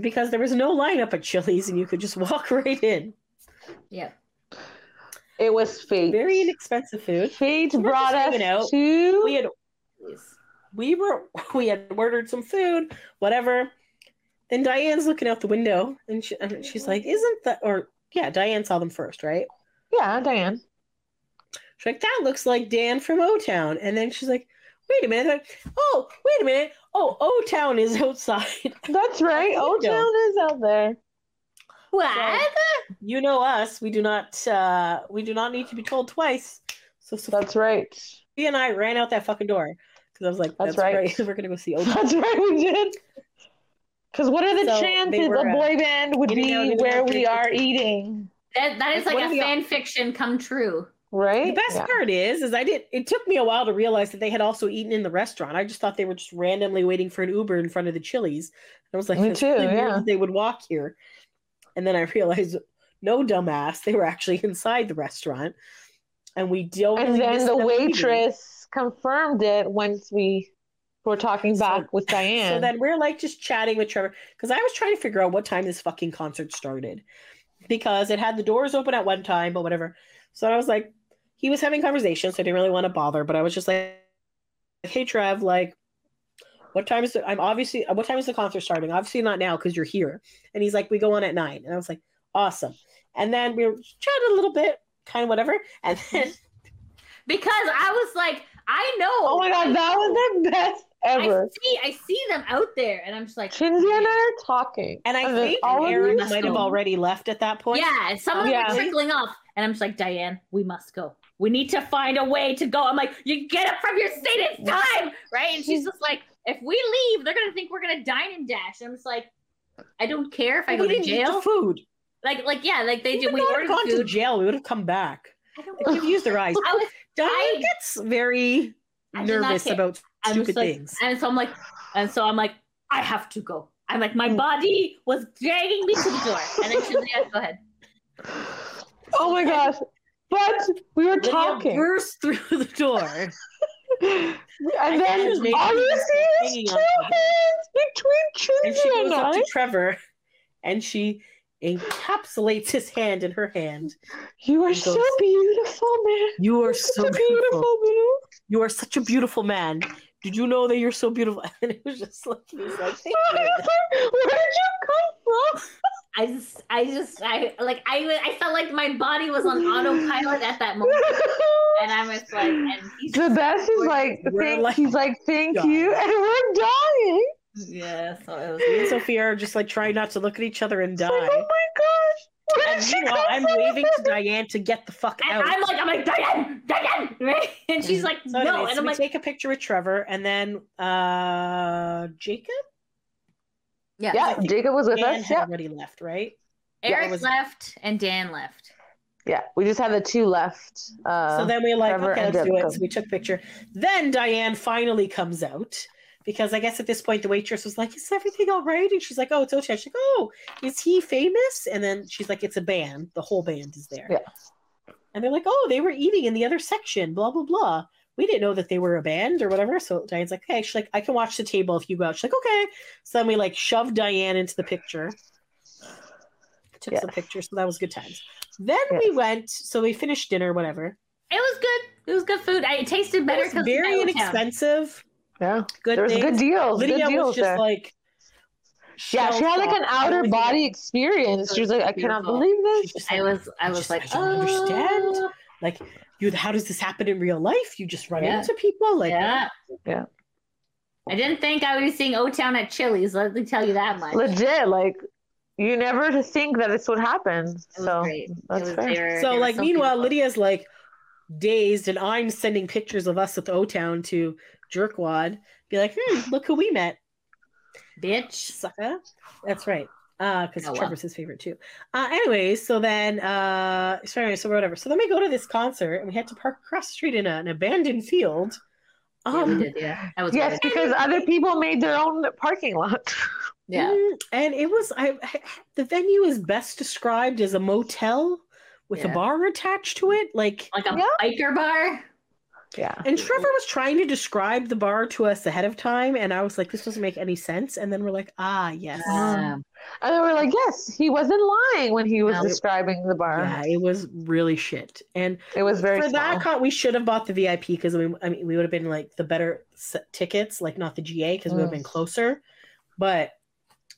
Speaker 8: Because there was no lineup at Chili's, and you could just walk right in.
Speaker 10: Yep.
Speaker 11: It was fate.
Speaker 8: Very inexpensive food.
Speaker 11: Fate
Speaker 8: We're
Speaker 11: brought
Speaker 8: just
Speaker 11: us
Speaker 8: hanging out.
Speaker 11: to.
Speaker 8: We uh, had we were we had ordered some food, whatever. Then Diane's looking out the window, and, she, and she's like, "Isn't that?" Or yeah, Diane saw them first, right?
Speaker 11: yeah, Diane.
Speaker 8: She's like, "That looks like Dan from O Town," and then she's like, "Wait a minute! Like, oh, wait a minute! Oh, O Town is outside.
Speaker 11: That's right.
Speaker 8: There
Speaker 11: O
Speaker 8: you go.
Speaker 11: Town is out there.
Speaker 10: What?
Speaker 8: you know us. We do not. uh We do not need to be told twice." So Sophia
Speaker 11: That's right.
Speaker 8: and I ran out that fucking door because I was like,
Speaker 11: That's
Speaker 8: "That's,
Speaker 11: right.
Speaker 8: right. We're gonna go see O Town."
Speaker 11: That's right. We did. Because what are the
Speaker 8: So they
Speaker 11: chances
Speaker 8: were,
Speaker 11: a
Speaker 8: uh,
Speaker 11: boy band would
Speaker 8: in and
Speaker 11: be
Speaker 8: out, in and
Speaker 11: where
Speaker 8: out, in
Speaker 11: we
Speaker 8: and
Speaker 11: are
Speaker 8: out.
Speaker 11: eating?
Speaker 10: That, that is
Speaker 8: Like,
Speaker 10: like,
Speaker 8: what if
Speaker 10: a
Speaker 8: we all-
Speaker 10: fan fiction come true.
Speaker 11: Right?
Speaker 8: The best
Speaker 11: Yeah.
Speaker 8: part is, is I did. It took me a while to realize that they had also eaten in the restaurant. I just thought they were just randomly waiting for an Uber in front of the Chili's. I was like,
Speaker 11: Me
Speaker 8: "That's
Speaker 11: too,
Speaker 8: really weird
Speaker 11: yeah.
Speaker 8: that They would walk here, and then I realized, no, dumbass, they were actually inside the restaurant, and we don't.
Speaker 11: And
Speaker 8: really miss
Speaker 11: then the
Speaker 8: them leaving.
Speaker 11: waitress confirmed it once we were talking
Speaker 8: So-
Speaker 11: back with Diane.
Speaker 8: So then we're like just chatting with Trevor because I was trying to figure out what time this fucking concert started because it had the doors open at one time, but whatever. So I was like, he was having conversations, so I didn't really want to bother, but I was just like, hey, Trev, like, what time is it? I'm obviously, what time is the concert starting? Obviously not now because you're here. And he's like, we go on at nine. And I was like, awesome. And then we were chatting a little bit, kind of whatever. And then
Speaker 10: Because I was like, I know.
Speaker 11: oh my god, that was the best
Speaker 10: I
Speaker 11: ever.
Speaker 10: see, I see them out there, and I'm just like,
Speaker 11: Chinzy and I are talking.
Speaker 8: and I
Speaker 11: then
Speaker 8: think
Speaker 11: all of
Speaker 8: Aaron
Speaker 11: you-
Speaker 8: might have already left at that point.
Speaker 10: Oh. yeah, and some of them
Speaker 11: Yeah.
Speaker 10: are trickling off, and I'm just like, Diane, we must go. We need to find a way to go. I'm like, you get up from your seat, it's time, right? And she's just like, if we leave, they're gonna think we're gonna dine and dash. I'm just like, I don't care if I
Speaker 8: We
Speaker 10: go to
Speaker 8: didn't eat the
Speaker 10: jail.
Speaker 8: food.
Speaker 10: Like, like, yeah, like they
Speaker 8: If
Speaker 10: did. We
Speaker 8: we
Speaker 10: ordered
Speaker 8: had gone to
Speaker 10: food.
Speaker 8: jail, we would have come back.
Speaker 10: I don't
Speaker 8: They've used their eyes.
Speaker 10: I was,
Speaker 8: Diane
Speaker 10: I-
Speaker 8: gets very
Speaker 10: I did not
Speaker 8: nervous
Speaker 10: care.
Speaker 8: about
Speaker 10: I'm
Speaker 8: stupid
Speaker 10: just like,
Speaker 8: things.
Speaker 10: and so I'm like, and so I'm like, I have to go. I'm like, my body was dragging me to the door, and then she's like, yeah, go ahead.
Speaker 11: Oh my gosh. But we were
Speaker 8: Lydia
Speaker 11: talking.
Speaker 8: burst through the door.
Speaker 11: and
Speaker 8: think
Speaker 11: then
Speaker 8: there's maybe
Speaker 11: all you see
Speaker 8: hanging
Speaker 11: is
Speaker 8: on
Speaker 11: two
Speaker 8: something.
Speaker 11: hands between
Speaker 8: and she
Speaker 11: Chinzy
Speaker 8: goes
Speaker 11: and
Speaker 8: up
Speaker 11: I.
Speaker 8: to Trevor and she encapsulates his hand in her hand.
Speaker 11: You are
Speaker 8: and
Speaker 11: so
Speaker 8: goes,
Speaker 11: beautiful, man.
Speaker 8: You are
Speaker 11: Such
Speaker 8: so
Speaker 11: a
Speaker 8: beautiful.
Speaker 11: beautiful man.
Speaker 8: You are such a beautiful man. Did you know that you're so beautiful? And it was just like, he was like "Thank you."
Speaker 11: Where did you come from?
Speaker 10: I just, I just, I like, I, was- I felt like my body was on autopilot at that moment, and I'm just like, and he's
Speaker 11: the best is
Speaker 8: We're-
Speaker 11: like,
Speaker 8: we're
Speaker 11: thank,
Speaker 8: like
Speaker 11: he's like, thank
Speaker 8: dying.
Speaker 11: you, and we're dying.
Speaker 10: yeah, so it was.
Speaker 8: Me and Sophia are just like trying not to look at each other and
Speaker 11: It's Like,
Speaker 8: die.
Speaker 11: oh my gosh. Where
Speaker 8: And
Speaker 11: did she
Speaker 8: meanwhile,
Speaker 11: come
Speaker 8: I'm
Speaker 11: from?
Speaker 8: waving to Diane to get the fuck
Speaker 10: And
Speaker 8: out.
Speaker 10: I'm like, I'm like, Diane, Diane, right? And she's like,
Speaker 8: So
Speaker 10: no,
Speaker 8: anyways,
Speaker 10: and
Speaker 8: so
Speaker 10: I'm
Speaker 8: we
Speaker 10: like,
Speaker 8: take a picture with Trevor, and then uh Jacob
Speaker 10: yeah,
Speaker 11: Yeah, Jacob was with
Speaker 8: Dan
Speaker 11: us.
Speaker 8: had
Speaker 11: Yeah.
Speaker 8: already left, right? yeah, it
Speaker 10: Eric
Speaker 8: was-
Speaker 10: left and Dan left.
Speaker 11: yeah, we just had the two left. Uh,
Speaker 8: so then we were like,
Speaker 11: Trevor
Speaker 8: okay,
Speaker 11: and
Speaker 8: let's do it.
Speaker 11: Jacob.
Speaker 8: So we took a picture. Then Diane finally comes out because I guess at this point the waitress was like, "Is everything all right?" And she's like, "Oh, it's okay." She's like, "Oh, is he famous?" And then she's like, "It's a band. The whole band is there."
Speaker 11: Yeah.
Speaker 8: And they're like, "Oh, they were eating in the other section." Blah blah blah. We didn't know that they were a band or whatever. So Diane's like, "Hey," she's like, "I can watch the table if you go out." She's like, "Okay." So then we like shoved Diane into the picture. Took
Speaker 11: Yeah.
Speaker 8: some pictures, so that was good times. Then
Speaker 11: Yeah.
Speaker 8: we went, so we finished dinner, whatever.
Speaker 10: It was good. It was good food. I, it tasted better
Speaker 8: It was
Speaker 10: because
Speaker 8: very inexpensive.
Speaker 11: yeah,
Speaker 8: Good
Speaker 11: there was
Speaker 8: things.
Speaker 11: good deals.
Speaker 8: Lydia
Speaker 11: good
Speaker 8: was
Speaker 11: deals
Speaker 8: just
Speaker 11: there.
Speaker 8: like,
Speaker 11: yeah, she had like an
Speaker 8: shell-shocked.
Speaker 11: outer
Speaker 8: Really
Speaker 11: body experience. She was like, I cannot
Speaker 10: Beautiful.
Speaker 11: believe
Speaker 8: She's
Speaker 11: this.
Speaker 8: just
Speaker 10: I
Speaker 8: like,
Speaker 10: was, I was
Speaker 8: just-
Speaker 10: like,
Speaker 8: I don't understand.
Speaker 10: "Oh."
Speaker 8: like you. How does this happen in real life? You just run
Speaker 10: Yeah.
Speaker 8: into people, like
Speaker 10: yeah.
Speaker 11: Yeah.
Speaker 10: I didn't think I would be seeing O Town at Chili's. Let me tell you that much.
Speaker 11: Legit, like, you never think that this would happen.
Speaker 10: It was
Speaker 11: So
Speaker 10: great. It
Speaker 11: that's
Speaker 10: was-
Speaker 11: fair.
Speaker 10: they were-
Speaker 8: so.
Speaker 10: they were
Speaker 8: Like meanwhile,
Speaker 10: beautiful.
Speaker 8: Lydia's like dazed, and I'm sending pictures of us at the O Town to Jerkwad. Be like, hmm, look who we met.
Speaker 10: bitch.
Speaker 8: Sucker. That's right. Uh, because
Speaker 10: Oh, well.
Speaker 8: Trevor's his favorite too. Uh, anyways, so then, uh, sorry, so whatever. So then we go to this concert and we had to park across the street in a, an abandoned field.
Speaker 10: Yeah, we
Speaker 8: Um,
Speaker 10: did, yeah. That was
Speaker 11: Yes,
Speaker 10: better.
Speaker 11: because other people made their own parking lot.
Speaker 10: yeah.
Speaker 8: Mm, And it was I the venue is best described as a motel with a
Speaker 10: Yeah.
Speaker 8: bar attached to it. Like
Speaker 10: Like a
Speaker 11: Yeah.
Speaker 10: biker bar.
Speaker 11: Yeah.
Speaker 8: and Trevor was trying to describe the bar to us ahead of time and I was like, this doesn't make any sense. And then we're like, ah yes.
Speaker 11: Uh,
Speaker 10: Um,
Speaker 11: And they were like, yes, he wasn't lying when he was
Speaker 10: No.
Speaker 11: describing the bar.
Speaker 8: yeah, it was really shit. And
Speaker 11: It was very
Speaker 8: for
Speaker 11: small.
Speaker 8: that con, we should have bought the VIP because we, I mean, we would have been like the better s tickets, like not the GA because we would have
Speaker 11: Mm.
Speaker 8: been closer. But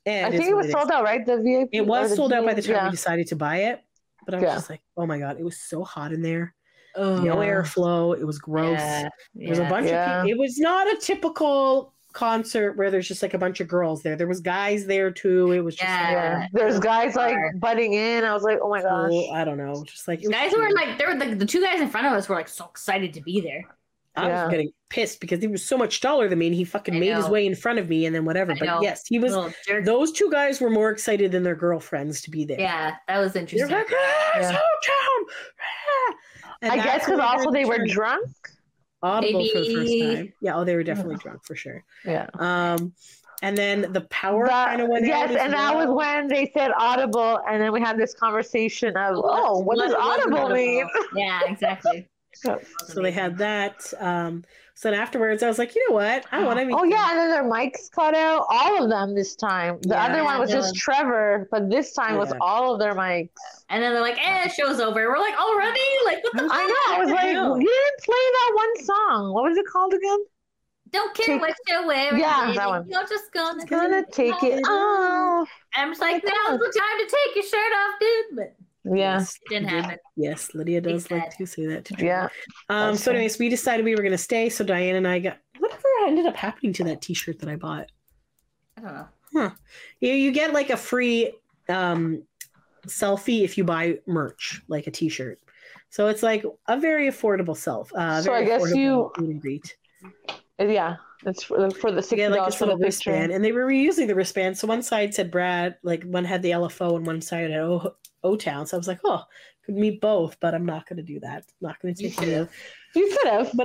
Speaker 8: and
Speaker 11: I
Speaker 8: it's
Speaker 11: think it
Speaker 8: what
Speaker 11: was
Speaker 8: is.
Speaker 11: sold out, right? The VIP.
Speaker 8: It was
Speaker 11: or
Speaker 8: sold out by the
Speaker 11: VIP?
Speaker 8: time we
Speaker 11: Yeah.
Speaker 8: decided to buy it. But I was
Speaker 11: Yeah.
Speaker 8: just like, oh my god, it was so hot in there.
Speaker 10: oh,
Speaker 8: no
Speaker 11: Yeah.
Speaker 8: airflow. It was gross.
Speaker 10: yeah,
Speaker 8: There was a
Speaker 10: yeah.
Speaker 8: bunch
Speaker 11: Yeah.
Speaker 8: of people. It was not a typical concert where there's just like a bunch of girls there. There was guys there too. It was just
Speaker 10: Yeah.
Speaker 11: Yeah. There's guys like butting in. I was like, oh my
Speaker 8: like,
Speaker 11: gosh.
Speaker 8: cool. I don't know. Just like it was
Speaker 10: Guys were
Speaker 8: weird.
Speaker 10: like, there were the, the two guys in front of us were like so excited to be there.
Speaker 8: I
Speaker 11: Yeah.
Speaker 8: was getting pissed because he was so much taller than me and he fucking
Speaker 10: I
Speaker 8: made his
Speaker 10: know.
Speaker 8: way in front of me and then whatever.
Speaker 10: I know.
Speaker 8: But yes, he was
Speaker 10: Little jerk.
Speaker 8: those two guys were more excited than their girlfriends to be there.
Speaker 10: yeah, that was
Speaker 8: They're
Speaker 10: interesting.
Speaker 8: like, ah, it's
Speaker 11: Yeah.
Speaker 8: hometown. ah." And
Speaker 11: I
Speaker 8: that's
Speaker 11: guess
Speaker 8: when
Speaker 11: because
Speaker 8: we
Speaker 11: also
Speaker 8: heard
Speaker 11: they
Speaker 8: the
Speaker 11: were
Speaker 8: term
Speaker 11: drunk.
Speaker 8: audible for the
Speaker 10: Maybe.
Speaker 8: first time. Yeah, oh, they were definitely drunk for sure.
Speaker 11: Yeah.
Speaker 8: Um, and then the power
Speaker 11: That-
Speaker 8: kind of went
Speaker 11: yes,
Speaker 8: out. as
Speaker 11: and that was
Speaker 8: well.
Speaker 11: when they said audible, and then we had this conversation of, oh, what does
Speaker 10: wasn't
Speaker 11: audible mean?
Speaker 10: Yeah, exactly.
Speaker 11: So
Speaker 8: so they had that. Um, so then afterwards, I was like, you know what? I want to.
Speaker 11: Oh yeah, and then their mics cut out. All of them this time. The
Speaker 8: Yeah.
Speaker 11: other one was
Speaker 10: Yeah.
Speaker 11: just Trevor, but this time was
Speaker 8: Yeah.
Speaker 11: all of their mics.
Speaker 10: And then they're like, eh, show's over. We're like, already? Like, what the
Speaker 11: I know. I was like,
Speaker 8: know.
Speaker 11: you didn't play that one song. What was it called again?
Speaker 10: Don't care
Speaker 11: Take-
Speaker 10: what you wear.
Speaker 11: Yeah, that one.
Speaker 10: You're just gonna,
Speaker 11: Gonna take it off.
Speaker 10: I'm just like, now's the time to take your shirt off, dude. But
Speaker 11: Yeah,
Speaker 10: it didn't happen.
Speaker 8: Yes, Lydia does
Speaker 10: They
Speaker 8: like to say that. To
Speaker 11: yeah.
Speaker 8: um,
Speaker 11: that's
Speaker 8: so,
Speaker 11: right.
Speaker 8: anyways, we decided we were going to stay. So Diane and I got whatever ended up happening to that T-shirt that I bought.
Speaker 10: I don't know.
Speaker 8: You you get like a free um, selfie if you buy merch, like a T-shirt. So it's like a very affordable self. Uh,
Speaker 11: So
Speaker 8: very
Speaker 11: I guess you-
Speaker 8: affordable meet and greet.
Speaker 11: Yeah, it's for, for the
Speaker 8: Yeah,
Speaker 11: sixty
Speaker 8: like
Speaker 11: dollars
Speaker 8: this
Speaker 11: for the
Speaker 8: little
Speaker 11: picture.
Speaker 8: wristband, and they were reusing the wristband. So one side said Brad, like one had the LFO, and one side had O O Town. So I was like, oh, could meet both, but I'm not going to do that. I'm not going to
Speaker 10: You
Speaker 8: take it.
Speaker 11: You could have.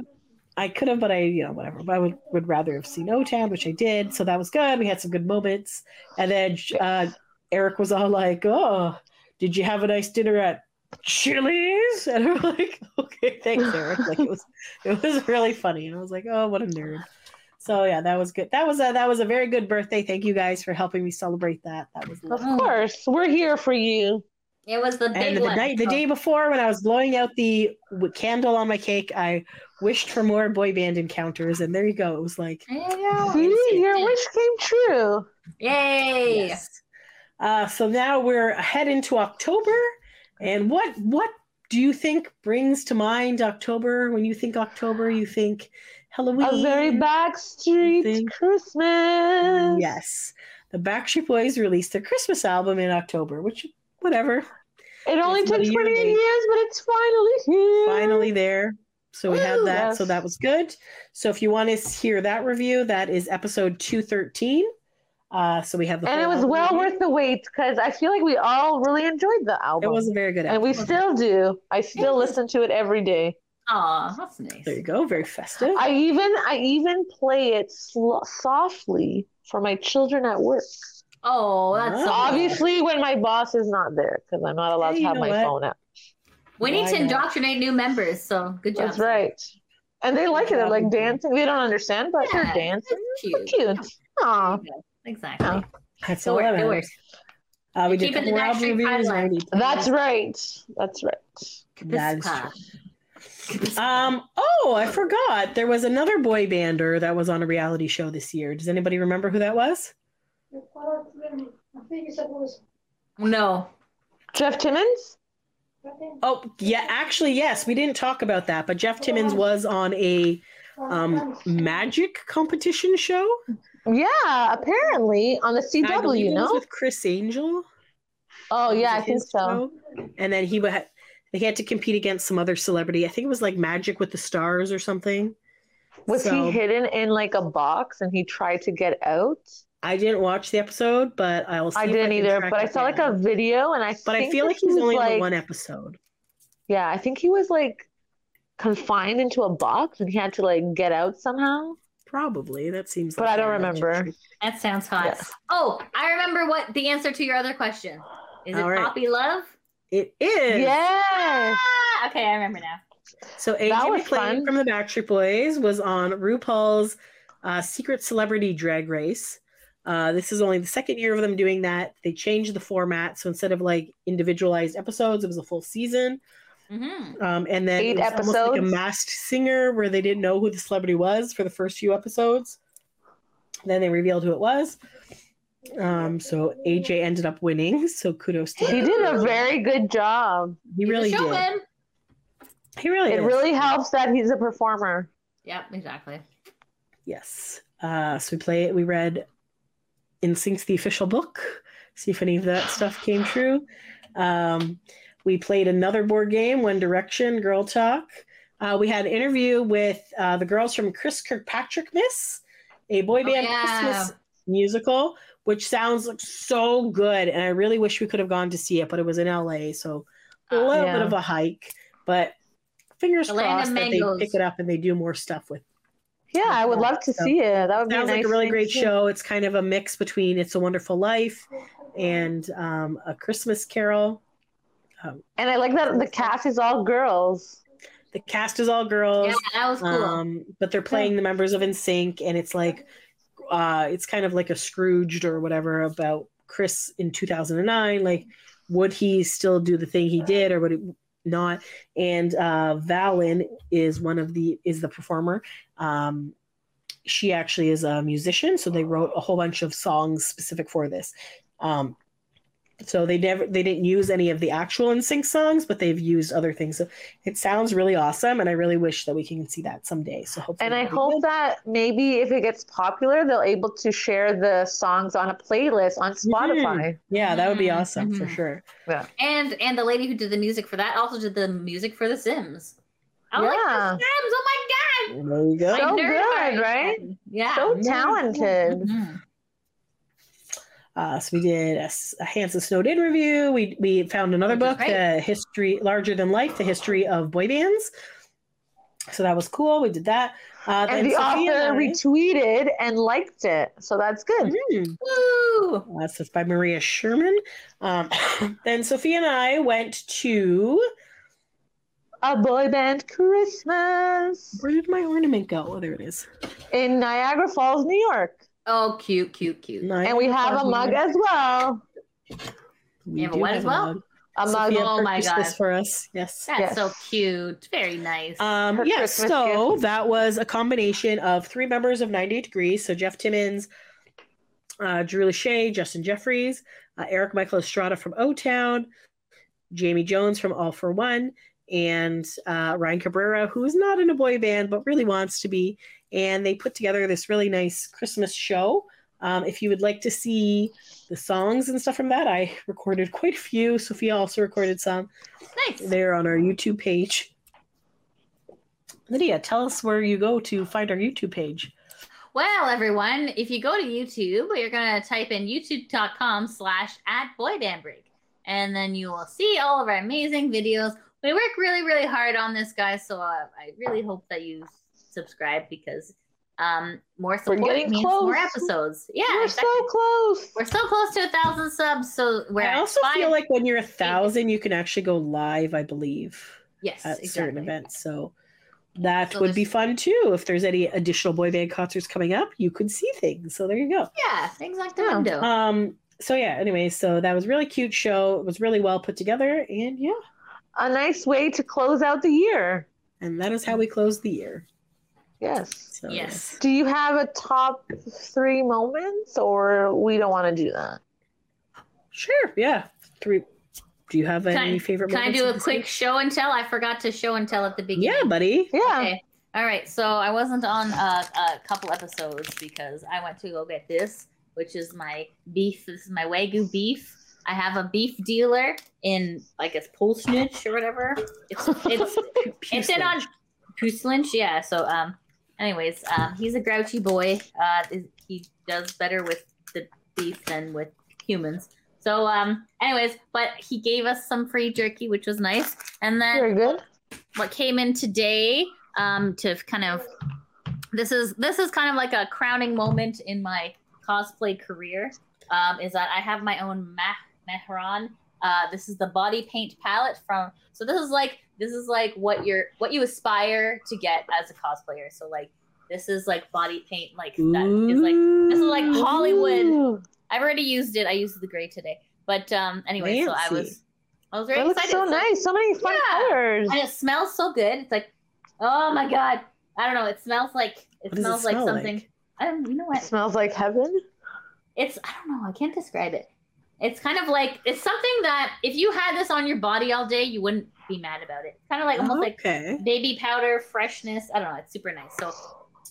Speaker 8: I could have, but I, you know, whatever. But I would, would rather have seen O Town, which I did. So that was good. We had some good moments. And then uh, Eric was all like, oh, did you have a nice dinner at Chili's? And I'm like, okay, thanks, Eric. Like it was, it was really funny. And I was like, oh, what a nerd. So yeah, that was good. That was a that was a very good birthday. Thank you guys for helping me celebrate that. That was
Speaker 11: Of
Speaker 8: lovely.
Speaker 11: course, we're here for you.
Speaker 10: It was the big
Speaker 8: And the
Speaker 10: one.
Speaker 8: night, the day before, when I was blowing out the w- candle on my cake, I wished for more boy band encounters, and there you go. It was like,
Speaker 10: There you go.
Speaker 8: Oh,
Speaker 11: See, your
Speaker 10: Yeah.
Speaker 11: wish came true.
Speaker 10: Yay!
Speaker 8: yes. Uh, so now we're ahead into October, and what what do you think brings to mind October? When you think October, you think Halloween.
Speaker 11: A very backstreet
Speaker 8: Thank-
Speaker 11: Christmas.
Speaker 8: Yes, the Backstreet Boys released their Christmas album in October, which whatever,
Speaker 11: It only
Speaker 8: It's
Speaker 11: took
Speaker 8: about a year
Speaker 11: 28
Speaker 8: late.
Speaker 11: years, but it's finally here.
Speaker 8: finally there. So we had
Speaker 11: Woo!
Speaker 8: that. So
Speaker 11: Yes.
Speaker 8: that was good. So if you want to hear that review, that is episode two thirteen. Uh, so we have the
Speaker 11: And it
Speaker 8: whole
Speaker 11: was
Speaker 8: album
Speaker 11: well
Speaker 8: review.
Speaker 11: worth the wait because I feel like we all really enjoyed the
Speaker 8: It
Speaker 11: album.
Speaker 8: was a very good
Speaker 11: and
Speaker 8: album.
Speaker 11: we still do. I still
Speaker 10: Yeah.
Speaker 11: listen to it every day.
Speaker 10: Aw, that's nice.
Speaker 8: There you go. Very festive.
Speaker 11: I even I even play it sl- softly for my children at work.
Speaker 10: Oh, that's so obvious.
Speaker 11: Obviously, when my boss is not there, because I'm not allowed
Speaker 8: Hey,
Speaker 11: to
Speaker 8: you
Speaker 11: have
Speaker 8: know
Speaker 11: my
Speaker 8: what?
Speaker 11: phone out.
Speaker 10: We need
Speaker 8: Why
Speaker 10: to
Speaker 8: not?
Speaker 10: indoctrinate new members. So good job.
Speaker 11: That's right. And they like it. They're like dancing. They don't understand, but
Speaker 10: Yeah,
Speaker 11: they're dancing.
Speaker 10: that's
Speaker 11: They're
Speaker 10: Cute.
Speaker 11: cute. Aw.
Speaker 10: Exactly.
Speaker 8: Oh,
Speaker 11: Yeah.
Speaker 8: That's
Speaker 10: It
Speaker 8: all
Speaker 10: works,
Speaker 8: that
Speaker 10: it
Speaker 8: matters.
Speaker 10: works.
Speaker 8: Uh, we
Speaker 10: You're
Speaker 8: did
Speaker 10: keeping the
Speaker 8: four
Speaker 10: Backstreet
Speaker 8: album reviews.
Speaker 10: Pipeline.
Speaker 8: already.
Speaker 11: That's right. That's right.
Speaker 8: That is
Speaker 10: Pispa.
Speaker 8: true. Um. Oh, I forgot. There was another boy bander that was on a reality show this year. Does anybody remember who that was?
Speaker 10: No.
Speaker 11: Jeff Timmons?
Speaker 8: Oh, yeah. Actually, yes. We didn't talk about that, but Jeff
Speaker 10: Oh.
Speaker 8: Timmons was on a um magic competition show.
Speaker 11: Yeah, apparently on the
Speaker 8: I believe
Speaker 11: CW,
Speaker 8: it was
Speaker 11: no?
Speaker 8: with Chris Angel.
Speaker 11: Oh, yeah, I
Speaker 8: Was it
Speaker 11: think
Speaker 8: his
Speaker 11: so.
Speaker 8: show? And then he had he had to compete against some other celebrity. I think it was like Magic with the Stars or something.
Speaker 11: Was
Speaker 8: So-
Speaker 11: he hidden in like a box and he tried to get out?
Speaker 8: I didn't watch the episode, but I will. See
Speaker 11: I
Speaker 8: if
Speaker 11: didn't
Speaker 8: can
Speaker 11: either,
Speaker 8: track
Speaker 11: but I
Speaker 8: it
Speaker 11: saw like a
Speaker 8: down.
Speaker 11: video and I
Speaker 8: But I
Speaker 11: think
Speaker 8: feel
Speaker 11: that
Speaker 8: like
Speaker 11: he
Speaker 8: he's
Speaker 11: was,
Speaker 8: only in
Speaker 11: like,
Speaker 8: one episode.
Speaker 11: Yeah, I think he was like confined into a box and he had to like get out somehow.
Speaker 8: Probably that seems.
Speaker 11: But
Speaker 8: like
Speaker 11: I don't
Speaker 8: very much
Speaker 11: remember.
Speaker 8: true.
Speaker 10: That sounds hot.
Speaker 11: Yeah.
Speaker 10: Oh, I remember what the answer to your other question is.
Speaker 8: All
Speaker 10: it
Speaker 8: right.
Speaker 10: Poppy Love?
Speaker 8: It is.
Speaker 11: Yes.
Speaker 10: Ah, okay, I remember now.
Speaker 8: So AJ
Speaker 11: That was
Speaker 8: McClain
Speaker 11: fun.
Speaker 8: from the Backstreet Boys was on RuPaul's uh, Secret Celebrity Drag Race. Uh, this is only the second year of them doing that. They changed the format, so instead of like individualized episodes, it was a full season.
Speaker 10: Mm-hmm.
Speaker 8: Um, and then
Speaker 11: Eight
Speaker 8: it was almost like a
Speaker 11: episodes?
Speaker 8: masked singer where they didn't know who the celebrity was for the first few episodes. Then they revealed who it was. Um, so AJ ended up winning. So kudos to
Speaker 11: He
Speaker 8: him.
Speaker 11: did a very good job.
Speaker 8: He really
Speaker 10: Show
Speaker 8: did.
Speaker 10: him.
Speaker 8: He really
Speaker 11: It
Speaker 8: did.
Speaker 11: really helps that he's a performer.
Speaker 10: Yep, exactly.
Speaker 8: Yes. Uh, so we play We read In Sync's the official book. See if any of that stuff came true. Um, we played another board game, One Direction, Girl Talk. Uh, we had an interview with uh, the girls from Chris Kirkpatrick Miss, a boy
Speaker 10: Oh,
Speaker 8: band
Speaker 10: yeah.
Speaker 8: Christmas musical, which sounds like so good. And I really wish we could have gone to see it, but it was in LA. So a
Speaker 10: Uh,
Speaker 8: little
Speaker 11: yeah.
Speaker 8: bit of a hike, but fingers
Speaker 10: The land
Speaker 8: crossed
Speaker 10: of
Speaker 8: that they
Speaker 10: mangoes.
Speaker 8: pick it up and they do more stuff with
Speaker 11: Yeah, I would love to
Speaker 8: So,
Speaker 11: see it. That would be
Speaker 8: sounds
Speaker 11: nice
Speaker 8: like a really
Speaker 11: thing
Speaker 8: great
Speaker 11: to see.
Speaker 8: show. It's kind of a mix between It's a Wonderful Life and um, A Christmas Carol.
Speaker 11: And I like that the cast is all girls.
Speaker 8: The cast is all girls,
Speaker 10: Yeah, that was cool.
Speaker 8: um, but they're playing the members of NSYNC, and it's like uh, it's kind of like a Scrooged or whatever about Chris in 2009. Like, would he still do the thing he did, or would it not? And uh, Valen is one of the is the performer. Um, she actually is a musician, so they wrote a whole bunch of songs specific for this. Um, so they never they didn't use any of the actual NSYNC songs, but they've used other things. So it sounds really awesome, and I really wish that we can see that someday. So hopefully,
Speaker 11: And I
Speaker 8: it'll be
Speaker 11: hope
Speaker 8: good.
Speaker 11: that maybe if it gets popular, they'll able to share the songs on a playlist on Spotify.
Speaker 8: yeah, that would be
Speaker 11: Mm-hmm.
Speaker 10: Mhm,
Speaker 8: awesome for
Speaker 10: mhm.
Speaker 8: sure.
Speaker 10: and and the lady who did the music for that also did the music for The Sims. I was
Speaker 11: Yeah.
Speaker 10: like, The Sims, oh my god!
Speaker 8: There you
Speaker 10: My
Speaker 8: go.
Speaker 10: nerd
Speaker 11: So good,
Speaker 10: heart.
Speaker 11: right?
Speaker 10: Yeah. Mm-hmm.
Speaker 11: So talented.
Speaker 10: Mhm.
Speaker 8: Uh, so we did a, s- a Hanson Snowden review. We we found another
Speaker 10: Which is
Speaker 8: book,
Speaker 10: great.
Speaker 8: The History Larger Than Life: The History of Boy Bands. So that was cool. We did that. Uh,
Speaker 11: And the
Speaker 8: Sophia
Speaker 11: author
Speaker 8: and I-
Speaker 11: retweeted and liked it. So that's good.
Speaker 8: Mm.
Speaker 10: Hmm. Woo!
Speaker 8: Uh, so it's by Maria Sherman. Um, then Sophia and I went to.
Speaker 11: A boy band Christmas
Speaker 8: Where did my ornament go? Oh, there it is.
Speaker 11: in Niagara Falls, New York.
Speaker 10: Oh, cute, cute, cute.
Speaker 11: And we have a mug as well.
Speaker 8: We
Speaker 10: You have a
Speaker 8: do
Speaker 10: what as well?
Speaker 8: mug.
Speaker 11: A mug.
Speaker 8: Sophia
Speaker 10: Oh my
Speaker 8: purchased this
Speaker 10: God.
Speaker 8: for us. Yes.
Speaker 10: That's
Speaker 11: Yes. Uh,
Speaker 10: so cute. Very nice.
Speaker 8: Um,
Speaker 11: Her
Speaker 8: yeah,
Speaker 11: Christmas
Speaker 8: so that was a combination of three members of 98 Degrees. So Jeff Timmons, uh, Drew Lachey, Justin Jeffries, uh, Eric Michael Estrada from O Town, Jamie Jones from All for One, and uh, Ryan Cabrera, who is not in a boy band but really wants to be. And they put together this really nice Christmas show. Um, if you would like to see the songs and stuff from that, I recorded quite a few. Sophia also recorded some
Speaker 10: nice.
Speaker 8: there on our YouTube page. Lydia, tell us where you go to find our YouTube page.
Speaker 10: Well, everyone, if you go to YouTube, you're going to type in youtube.com slash at boybandbreak. And then you will see all of our amazing videos. We work really, really hard on this, guys. So uh, I really hope that you subscribe because um, more support
Speaker 11: getting
Speaker 10: means
Speaker 11: close.
Speaker 10: more episodes. Yeah,
Speaker 11: We're
Speaker 10: exactly.
Speaker 11: so close.
Speaker 10: we're so close to a thousand subs. So we're
Speaker 8: I
Speaker 10: at
Speaker 8: also
Speaker 10: five-
Speaker 8: feel like when you're a thousand, you can actually go live, I believe,
Speaker 10: yes,
Speaker 8: at certain
Speaker 10: exactly.
Speaker 8: events. So that
Speaker 10: So
Speaker 8: would be
Speaker 10: there's-
Speaker 8: fun too. If there's any additional boy band concerts coming up, you could see things. So there you go.
Speaker 10: Yeah, things like the
Speaker 11: Yeah.
Speaker 10: window.
Speaker 8: Um. So yeah. Anyway, so that was a really cute show. It was really well put together, and yeah,
Speaker 11: A nice way to close out the year.
Speaker 8: and that is how we close the year.
Speaker 11: Yes.
Speaker 8: So
Speaker 10: yes.
Speaker 11: Do you have a top three moments or we don't want to do that?
Speaker 8: Sure. Yeah. Three. Do you have
Speaker 10: Can
Speaker 8: any
Speaker 10: I-
Speaker 8: favorite?
Speaker 10: Can I
Speaker 8: moments
Speaker 10: do
Speaker 8: of
Speaker 10: a
Speaker 8: this
Speaker 10: quick
Speaker 8: year?
Speaker 10: show and tell? I forgot to show and tell at the beginning.
Speaker 8: Yeah, buddy.
Speaker 11: Yeah.
Speaker 10: Okay. All right. So I wasn't on a, a couple episodes because I went to go get this, which is my beef. This is my Wagyu beef. I have a beef dealer in, I guess, Pulsnich or whatever. It's it's it's in on Puslinch. Yeah. So um, anyways, um, he's a grouchy boy. Uh, is- he does better with the beast and with humans. So, um, anyways, but he gave us some free jerky, which was nice. And then
Speaker 11: Very good.
Speaker 10: what came in today um, to kind of this is this is kind of like a crowning moment in my cosplay career um, is that I have my own mah- Mehran. Uh, this is the body paint palette from. So this is like this is like what you're what you aspire to get as a cosplayer. So like this is like body paint like that is like this is
Speaker 11: Mm.
Speaker 10: like oh, Hollywood.
Speaker 11: Ooh,
Speaker 10: I've already used it. I used the gray today. But um anyway, so I
Speaker 8: Fancy.
Speaker 10: was I was very
Speaker 11: That looks
Speaker 10: excited.
Speaker 11: so
Speaker 10: So-
Speaker 11: nice. So many fun
Speaker 10: Yeah.
Speaker 11: colors.
Speaker 10: and it smells so good. It's like, oh my god, I don't know. It smells like it
Speaker 8: What does it
Speaker 10: smells like
Speaker 8: smell
Speaker 10: something.
Speaker 8: like?
Speaker 10: I don't, you know
Speaker 11: It
Speaker 10: what?
Speaker 11: smells like heaven.
Speaker 10: It's I don't know. I can't describe it. It's kind of like it's something that if you had this on your body all day, you wouldn't be mad about it. Kind of like
Speaker 8: Uh-huh.
Speaker 10: almost like
Speaker 8: okay.
Speaker 10: baby powder freshness. I don't know. It's super nice. So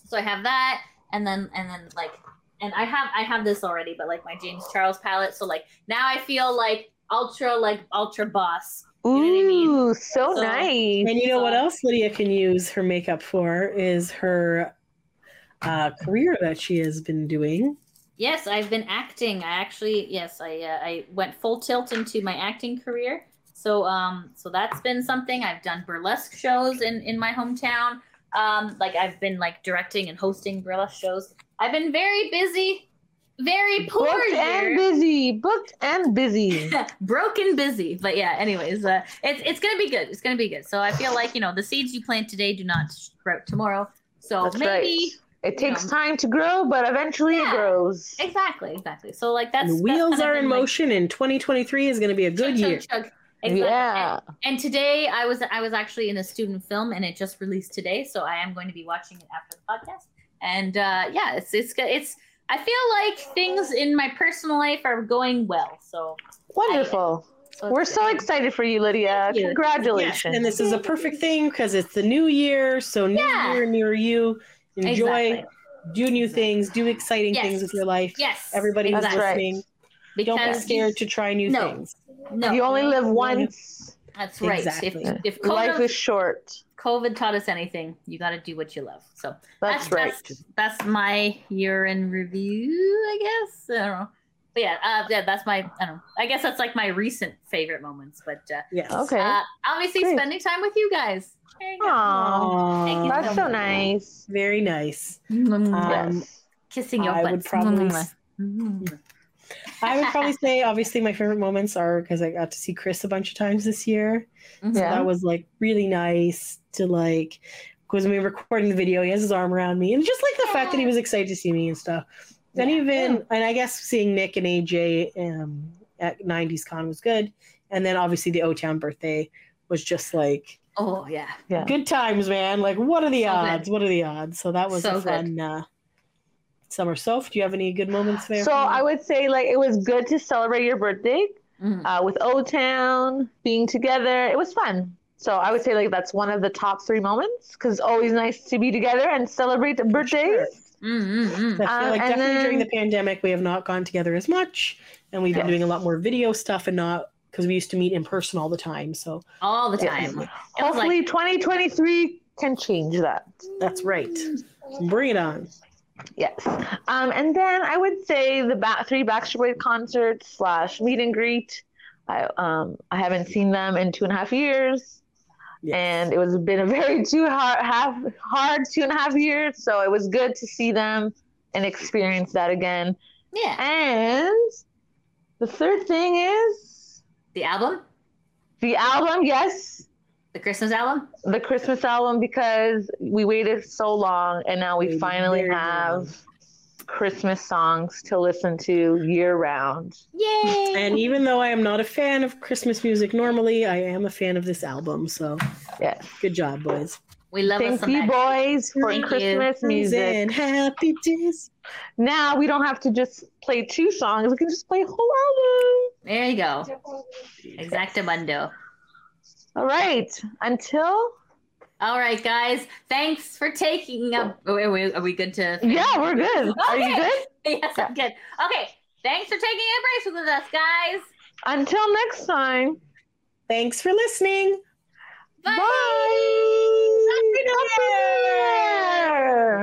Speaker 10: so I have that, and then and then like and I have I have this already, but like my James Charles palette. So like now I feel like ultra like ultra boss.
Speaker 11: Ooh,
Speaker 10: know what I mean?
Speaker 11: so,
Speaker 10: So-
Speaker 11: nice.
Speaker 8: And you know what else Lydia can use her makeup for is her uh, career that she has been doing.
Speaker 10: Yes, I've been acting. I actually, yes, I uh, I went full tilt into my acting career. So um, so that's been something I've done burlesque shows in in my hometown. Um, like I've been like directing and hosting burlesque shows. I've been very busy, very poor
Speaker 11: Booked and
Speaker 10: year.
Speaker 11: busy. Booked and busy.
Speaker 10: broken busy but yeah anyways uh, it's, it's gonna be good it's gonna be good so i feel like you know the seeds you plant today do not sprout tomorrow so
Speaker 11: That's right.
Speaker 10: maybe
Speaker 11: It takes
Speaker 10: Yeah.
Speaker 11: time to grow, but eventually
Speaker 10: Yeah.
Speaker 11: it grows.
Speaker 10: exactly exactly so like that's
Speaker 8: And the
Speaker 10: that's
Speaker 8: wheels
Speaker 10: kinda
Speaker 8: are in
Speaker 10: been, like,
Speaker 8: motion, and 2023 is going to be a good
Speaker 10: chug, chug,
Speaker 8: year.
Speaker 10: chug. Exactly.
Speaker 11: Yeah.
Speaker 10: And today I was I was actually in a student film and it just released today, so I am going to be watching it after the podcast. And uh, yeah, it's it's good. It's I feel like things in my personal life are going well. So,
Speaker 11: Wonderful.
Speaker 10: so it's
Speaker 11: We're
Speaker 10: good.
Speaker 11: so excited for you, Lydia.
Speaker 10: Thank you.
Speaker 8: Yes,
Speaker 11: Congratulations.
Speaker 8: and this is a perfect thing because it's the new year, so new
Speaker 10: Yeah.
Speaker 8: year, near you. Enjoy,
Speaker 10: Exactly.
Speaker 8: do new things, do exciting
Speaker 10: Yes.
Speaker 8: things with your life.
Speaker 10: Yes,
Speaker 8: Everybody who's
Speaker 10: exactly.
Speaker 11: That's right.
Speaker 8: listening,
Speaker 10: Because
Speaker 8: don't be scared to try new
Speaker 10: No.
Speaker 8: things.
Speaker 10: No,
Speaker 11: you only live once.
Speaker 10: that's right.
Speaker 8: Exactly.
Speaker 10: If, if
Speaker 11: Life
Speaker 10: COVID,
Speaker 11: is short.
Speaker 10: COVID taught us anything, you got to do what you love. So
Speaker 11: That's, right.
Speaker 10: That's, that's my year in review, I guess. I don't know. But yeah, uh, yeah, that's my. I don't. Know. I guess that's like my recent favorite moments. But uh,
Speaker 8: Yes.
Speaker 11: Okay.
Speaker 10: uh, obviously,
Speaker 11: Great.
Speaker 10: spending time with you guys. There you go.
Speaker 11: Aw,
Speaker 8: Aw,
Speaker 10: Thank you
Speaker 11: that's so
Speaker 10: so much.
Speaker 11: nice.
Speaker 8: Very nice.
Speaker 10: Mm,
Speaker 8: Um,
Speaker 11: yes.
Speaker 10: Kissing your
Speaker 8: I
Speaker 10: butt.
Speaker 8: would probably
Speaker 10: Mm-hmm.
Speaker 8: s-
Speaker 10: Mm.
Speaker 8: I would probably say, obviously, my favorite moments are because I got to see Chris a bunch of times this year.
Speaker 10: Mhm.
Speaker 11: Yeah.
Speaker 8: That was like really nice to like, because we were recording the video, he has his arm around me, and just like the fact that he was excited to see me and stuff. And
Speaker 10: Yeah.
Speaker 8: even, and I guess seeing Nick and AJ um, at 90s Con was good. And then obviously the O Town birthday was just like
Speaker 10: Oh yeah.
Speaker 11: Yeah.
Speaker 8: good times, man. Like, what are the
Speaker 10: So good.
Speaker 8: odds? What are the odds? So that was
Speaker 10: So
Speaker 8: a
Speaker 10: good.
Speaker 8: fun uh, summer. Soph, do you have any good moments there?
Speaker 11: So I would say like it was good to celebrate your birthday
Speaker 10: Mm.
Speaker 11: uh, with O Town, being together. It was fun. So I would say like that's one of the top three moments because always nice to be together and celebrate the birthdays.
Speaker 8: sure.
Speaker 10: Mm, mm, mm.
Speaker 8: I feel
Speaker 11: Um,
Speaker 8: like
Speaker 11: and
Speaker 8: definitely during the
Speaker 11: then-
Speaker 8: pandemic, we have not gone together as much, and we've been
Speaker 11: Yes.
Speaker 8: doing a lot more video stuff and not because we used to meet in person all the time. So
Speaker 10: All the
Speaker 11: Yeah.
Speaker 10: time. It was
Speaker 11: Hopefully, 2023 can change that.
Speaker 8: that's right. Bring it on.
Speaker 11: Yes. Um, and then I would say the ba- three Backstreet Boys concerts slash meet and greet. I um I haven't seen them in two and a half years,
Speaker 8: Yes.
Speaker 11: and it was been a very too hard half hard two and a half years. So it was good to see them and experience that again.
Speaker 10: yeah.
Speaker 11: And the third thing is
Speaker 10: The album,
Speaker 11: the album. Yes,
Speaker 10: the Christmas album.
Speaker 11: the Christmas album because we waited so long and now we
Speaker 8: Waited
Speaker 11: finally
Speaker 8: very long.
Speaker 11: have Christmas songs to listen to year round.
Speaker 10: Yay.
Speaker 8: And even though I am not a fan of Christmas music normally, I am a fan of this album. So
Speaker 11: Yes.
Speaker 8: good job, boys.
Speaker 10: we love us
Speaker 11: Thank
Speaker 10: some
Speaker 11: you,
Speaker 10: extra.
Speaker 11: boys, for
Speaker 10: Thank you.
Speaker 11: Christmas music.
Speaker 8: And happy days.
Speaker 11: Now we don't have to just play two songs, we can just play a whole
Speaker 10: There you go.
Speaker 11: album.
Speaker 10: Exactamundo.
Speaker 11: All right. Until,
Speaker 10: All right, guys. Thanks for taking up. oh, Are we, are we good to?
Speaker 11: yeah, we're good. Are you
Speaker 10: Okay.
Speaker 11: good?
Speaker 10: yes, I'm good. Okay. Thanks for taking a break with us, guys.
Speaker 11: Until next time.
Speaker 8: Thanks for listening.
Speaker 10: Bye.
Speaker 11: Bye. Happy New Year.